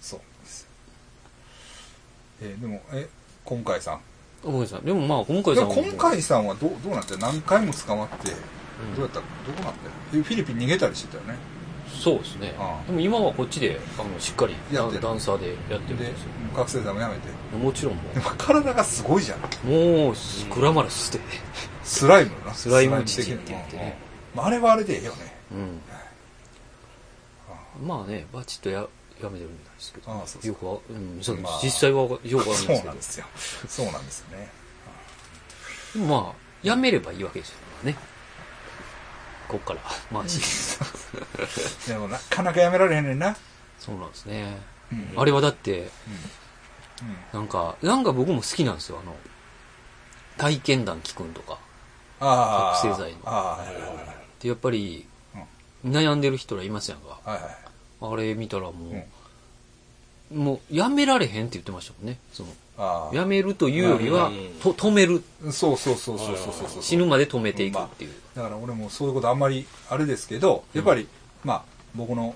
Speaker 3: そうなんですよえーでもえ今回さん
Speaker 1: 小向井さん。でもまあ、小向井
Speaker 3: で
Speaker 1: さん
Speaker 3: も
Speaker 1: は。
Speaker 3: 今回さんはどうどうなって何回も捕まってどうやったどこなんだよえフィリピン逃げたりしてたよね
Speaker 1: そうですね
Speaker 3: あ。あ
Speaker 1: でも今はこっちで、あの、しっかり、
Speaker 3: や
Speaker 1: ダ
Speaker 3: ってる
Speaker 1: ンサーでやってるん
Speaker 3: で
Speaker 1: ですよ。
Speaker 3: 覚醒剤もやめて
Speaker 1: もちろんも
Speaker 3: でも体がすごいじゃん
Speaker 1: う、もう、スクラマラスして。
Speaker 3: スライムのな
Speaker 1: スライム父って言ってね
Speaker 3: スライム的なうんまああれはあれでええよね
Speaker 1: うん。まあね、バチッとや、やめてるんですけど。
Speaker 3: ああそうそう
Speaker 1: よくわ、うん、そう
Speaker 3: まあ
Speaker 1: 実際はよくわかんないで
Speaker 3: そう
Speaker 1: すけ
Speaker 3: なんですよそうなんですよね
Speaker 1: ど。でもまあ、やめればいいわけですよね。こっから。まあ、し
Speaker 3: でもなかなかやめられへんねんな
Speaker 1: そうなんですね。
Speaker 3: うん
Speaker 1: あれはだって、
Speaker 3: うん
Speaker 1: なんか、なんか僕も好きなんですよ。あの、体験談聞くんとか。
Speaker 3: ああ
Speaker 1: 覚醒剤の
Speaker 3: ああはいはいはい
Speaker 1: で、やっぱり、悩んでる人らいますやんか。
Speaker 3: はいはい
Speaker 1: あれ見たらもう、もうやめられへんって言ってましたもんね。その、
Speaker 3: あ
Speaker 1: やめるというよりは
Speaker 2: うんうん、
Speaker 1: と止める。
Speaker 3: あそうそうそうそうそうそうそう
Speaker 1: 死ぬまで止めていくっていう。
Speaker 3: だから俺もそういうことあんまりあれですけどやっぱり、まあ僕の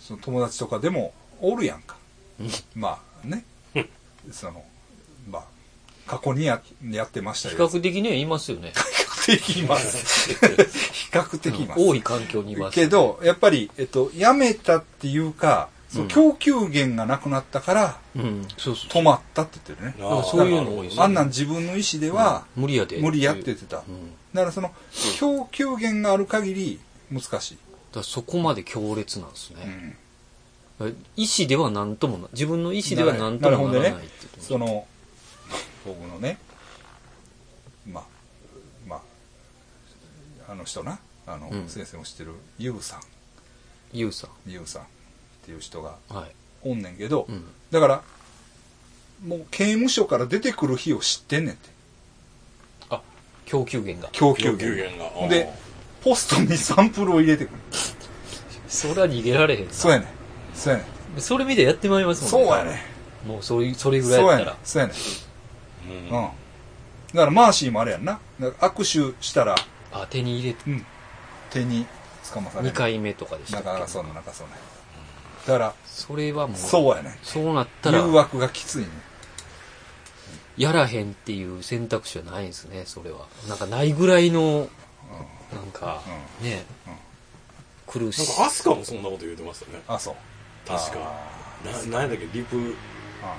Speaker 3: その友達とかでもおるやんかまあねそのまあ過去にややってました
Speaker 1: 比
Speaker 3: よ
Speaker 1: 較的にはいますよね。
Speaker 3: 比較的います比較的います、
Speaker 1: 多い環境にいます。
Speaker 3: け、どやっぱり、えっと、やめたっていうかその供給源がなくなったから
Speaker 1: うん、そうそう。
Speaker 3: 止まったって言ってるね、
Speaker 1: だからそういうの多いです
Speaker 3: あ
Speaker 1: よ
Speaker 3: ん
Speaker 1: ね
Speaker 3: なん自分の意思では
Speaker 1: 無理やで。
Speaker 3: 無理やって言ってた、
Speaker 1: うん。
Speaker 3: だからその供給源がある限り難しい、
Speaker 1: だからそこまで強烈なんです
Speaker 3: う
Speaker 1: ね。
Speaker 3: ん
Speaker 1: 意思ではなんともな、自分の意思ではなんともならないって言ってました
Speaker 3: その僕のねまあまああの人なあの、
Speaker 1: うん
Speaker 3: 先生も知ってるユウさん
Speaker 1: ゆうさ
Speaker 3: ユウさんっていう人が
Speaker 1: ん。はい。
Speaker 3: おんねんけど、
Speaker 1: うん
Speaker 3: だからもう刑務所から出てくる日を知ってんねんって
Speaker 1: あ、供給源が。
Speaker 3: 供給
Speaker 2: 供
Speaker 3: 源
Speaker 2: 給源が。ああ
Speaker 3: で、ポストにサンプルを入れてくる
Speaker 1: そりゃ逃げられへんな。
Speaker 3: そうやねんそうやねん
Speaker 1: それ見てやってまいります
Speaker 3: そ
Speaker 1: も
Speaker 3: うん
Speaker 1: ね。
Speaker 3: やねん
Speaker 1: もうそれ、それぐらい
Speaker 3: そう
Speaker 1: やっ
Speaker 3: やね
Speaker 1: た
Speaker 3: ん
Speaker 1: ら。
Speaker 3: そうやねん
Speaker 2: うん
Speaker 3: うん。だからマーシーもあれやんな。だから握手したら、
Speaker 1: あ、手に入れて、
Speaker 3: うん。手に捕まされる。
Speaker 1: 2回目とかでした
Speaker 3: な
Speaker 1: っ
Speaker 3: んか
Speaker 1: け
Speaker 3: そうな、なんかそうな。だから、
Speaker 1: それはもう、
Speaker 3: そうやね。
Speaker 1: そうなった
Speaker 3: 誘
Speaker 1: ら、
Speaker 3: 惑がきついね。
Speaker 1: やらへんっていう選択肢はないんですね、それは。なんかないぐらいの、なんか、ね、苦しい。
Speaker 2: アスカもそんなこと言うてましたね。
Speaker 3: あ、そう。
Speaker 2: 確か。な、なんやだっけ、リプ、
Speaker 3: あ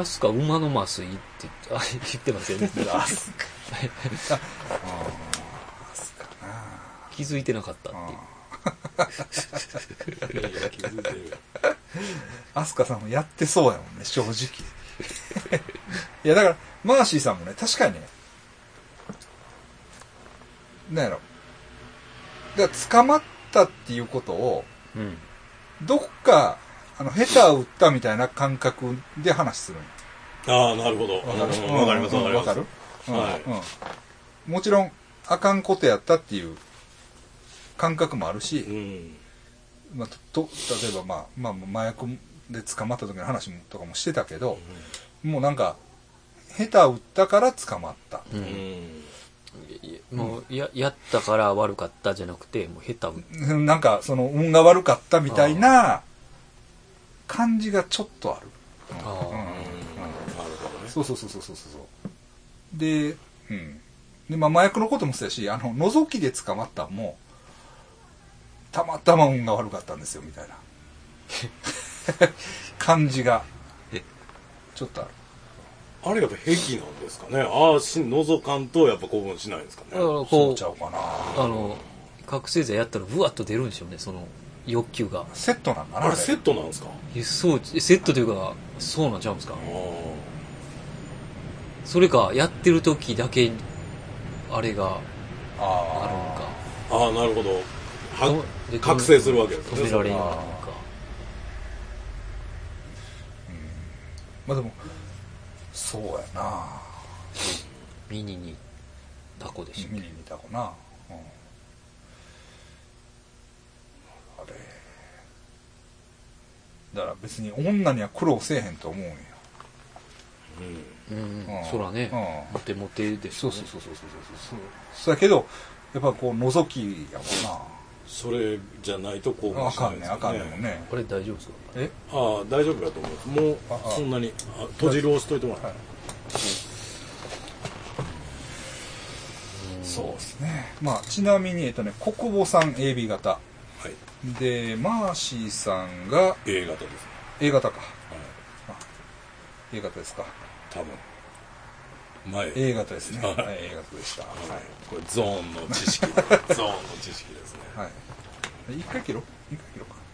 Speaker 1: アスカ馬の麻酔って言って、あ 言って ますよね。
Speaker 3: あすか。
Speaker 1: 気づいてなかったっていう。
Speaker 2: いやいや気づいてる。
Speaker 3: アスカさんもやってそうやもんね、正直。 いや、だから、マーシーさんもね、確かにね、なんやろ。だから、捕まったっていうことを、
Speaker 1: うん。
Speaker 3: どっか、あの、ヘタを打ったみたいな感覚で話するんよ
Speaker 2: ああ、なるほど。わ
Speaker 3: うん
Speaker 2: かります、
Speaker 3: うん
Speaker 2: わかります。
Speaker 3: わかるうん
Speaker 2: はい
Speaker 3: うんもちろん、あかんことやったっていう感覚もあるし、
Speaker 2: うん。
Speaker 3: まあ、とと例えば、まあ、まあ、麻薬で捕まった時の話もとかもしてたけど、もうなんか、下手打ったから捕まった。
Speaker 1: う。
Speaker 2: うんん。
Speaker 1: いやもう、や、やったから悪かったじゃなくて、もう下手打っ
Speaker 3: なんか、その、運が悪かったみたいな感じがちょっとある。
Speaker 1: た。
Speaker 3: う
Speaker 1: あ
Speaker 3: ん
Speaker 2: なるほどね。
Speaker 3: そうそうそうそうそうそう。で、うん。で、まあ、麻薬のこともそうやし、あの、覗きで捕まったんも、たまたま運が悪かったんですよ、みた いな。感じが
Speaker 1: え、
Speaker 3: ちょっとある。
Speaker 2: あれやっぱ壁なんですかね。ああ、し、覗かんとやっぱ興奮しないんですかね。
Speaker 1: あ。だから
Speaker 3: そう
Speaker 1: こ
Speaker 3: ちゃうか
Speaker 1: う、あ
Speaker 3: な。
Speaker 1: の、覚醒剤やったらブワッと出るんでしょうね、その欲求が。
Speaker 3: セットなんだな。
Speaker 2: あれセッ
Speaker 3: ト
Speaker 2: トなんですかあ
Speaker 1: えそう、えセットというか、そうなんちゃうんですか
Speaker 2: あ。
Speaker 1: それか、やってる時だけ、あれがある
Speaker 3: あ
Speaker 1: んか。
Speaker 2: ああ、なるほど。は
Speaker 1: とで
Speaker 2: 覚醒するわけです
Speaker 1: 止め
Speaker 2: ね。
Speaker 1: られんようになるんか。
Speaker 3: あ。まあでも、そうやな。
Speaker 1: ミニに、タコでしょ。
Speaker 3: 見に見たかな。うん、あれ。だから別に女には苦労せえへんと思うんや。
Speaker 2: うん
Speaker 1: うんう
Speaker 3: う
Speaker 1: んん、そらね、
Speaker 3: うん
Speaker 1: モテモテでし
Speaker 3: そ
Speaker 1: ょ
Speaker 3: うそうそうそうそうそうそう。そうだけど、やっぱこう、覗きやも
Speaker 2: それじゃないと興
Speaker 3: んな。あ
Speaker 2: 奮し
Speaker 3: か
Speaker 2: ない
Speaker 3: ん
Speaker 2: で
Speaker 3: ね、
Speaker 2: す
Speaker 3: あかんねもん。ね。
Speaker 1: これ大丈夫ですか
Speaker 3: え
Speaker 2: ああ、大丈夫だと思います。もう
Speaker 3: ああ、
Speaker 2: そんなに、あ閉じる押しといてもら
Speaker 3: は
Speaker 2: っ
Speaker 3: い。そうですね。まあ、ちなみに、えっとね、小久保さん AB 型。
Speaker 2: はい。
Speaker 3: で、マーシーさんが
Speaker 2: A 型ですね。
Speaker 3: A 型か。
Speaker 2: はい。
Speaker 3: A 型ですか。
Speaker 2: 多分。前。
Speaker 3: A 型ですね。
Speaker 2: はい
Speaker 3: はい、A 型でした。はい。
Speaker 2: はい。これゾーンの知識。ゾーンの知識ですね。
Speaker 3: はい。一回切ろう一回切ろうか。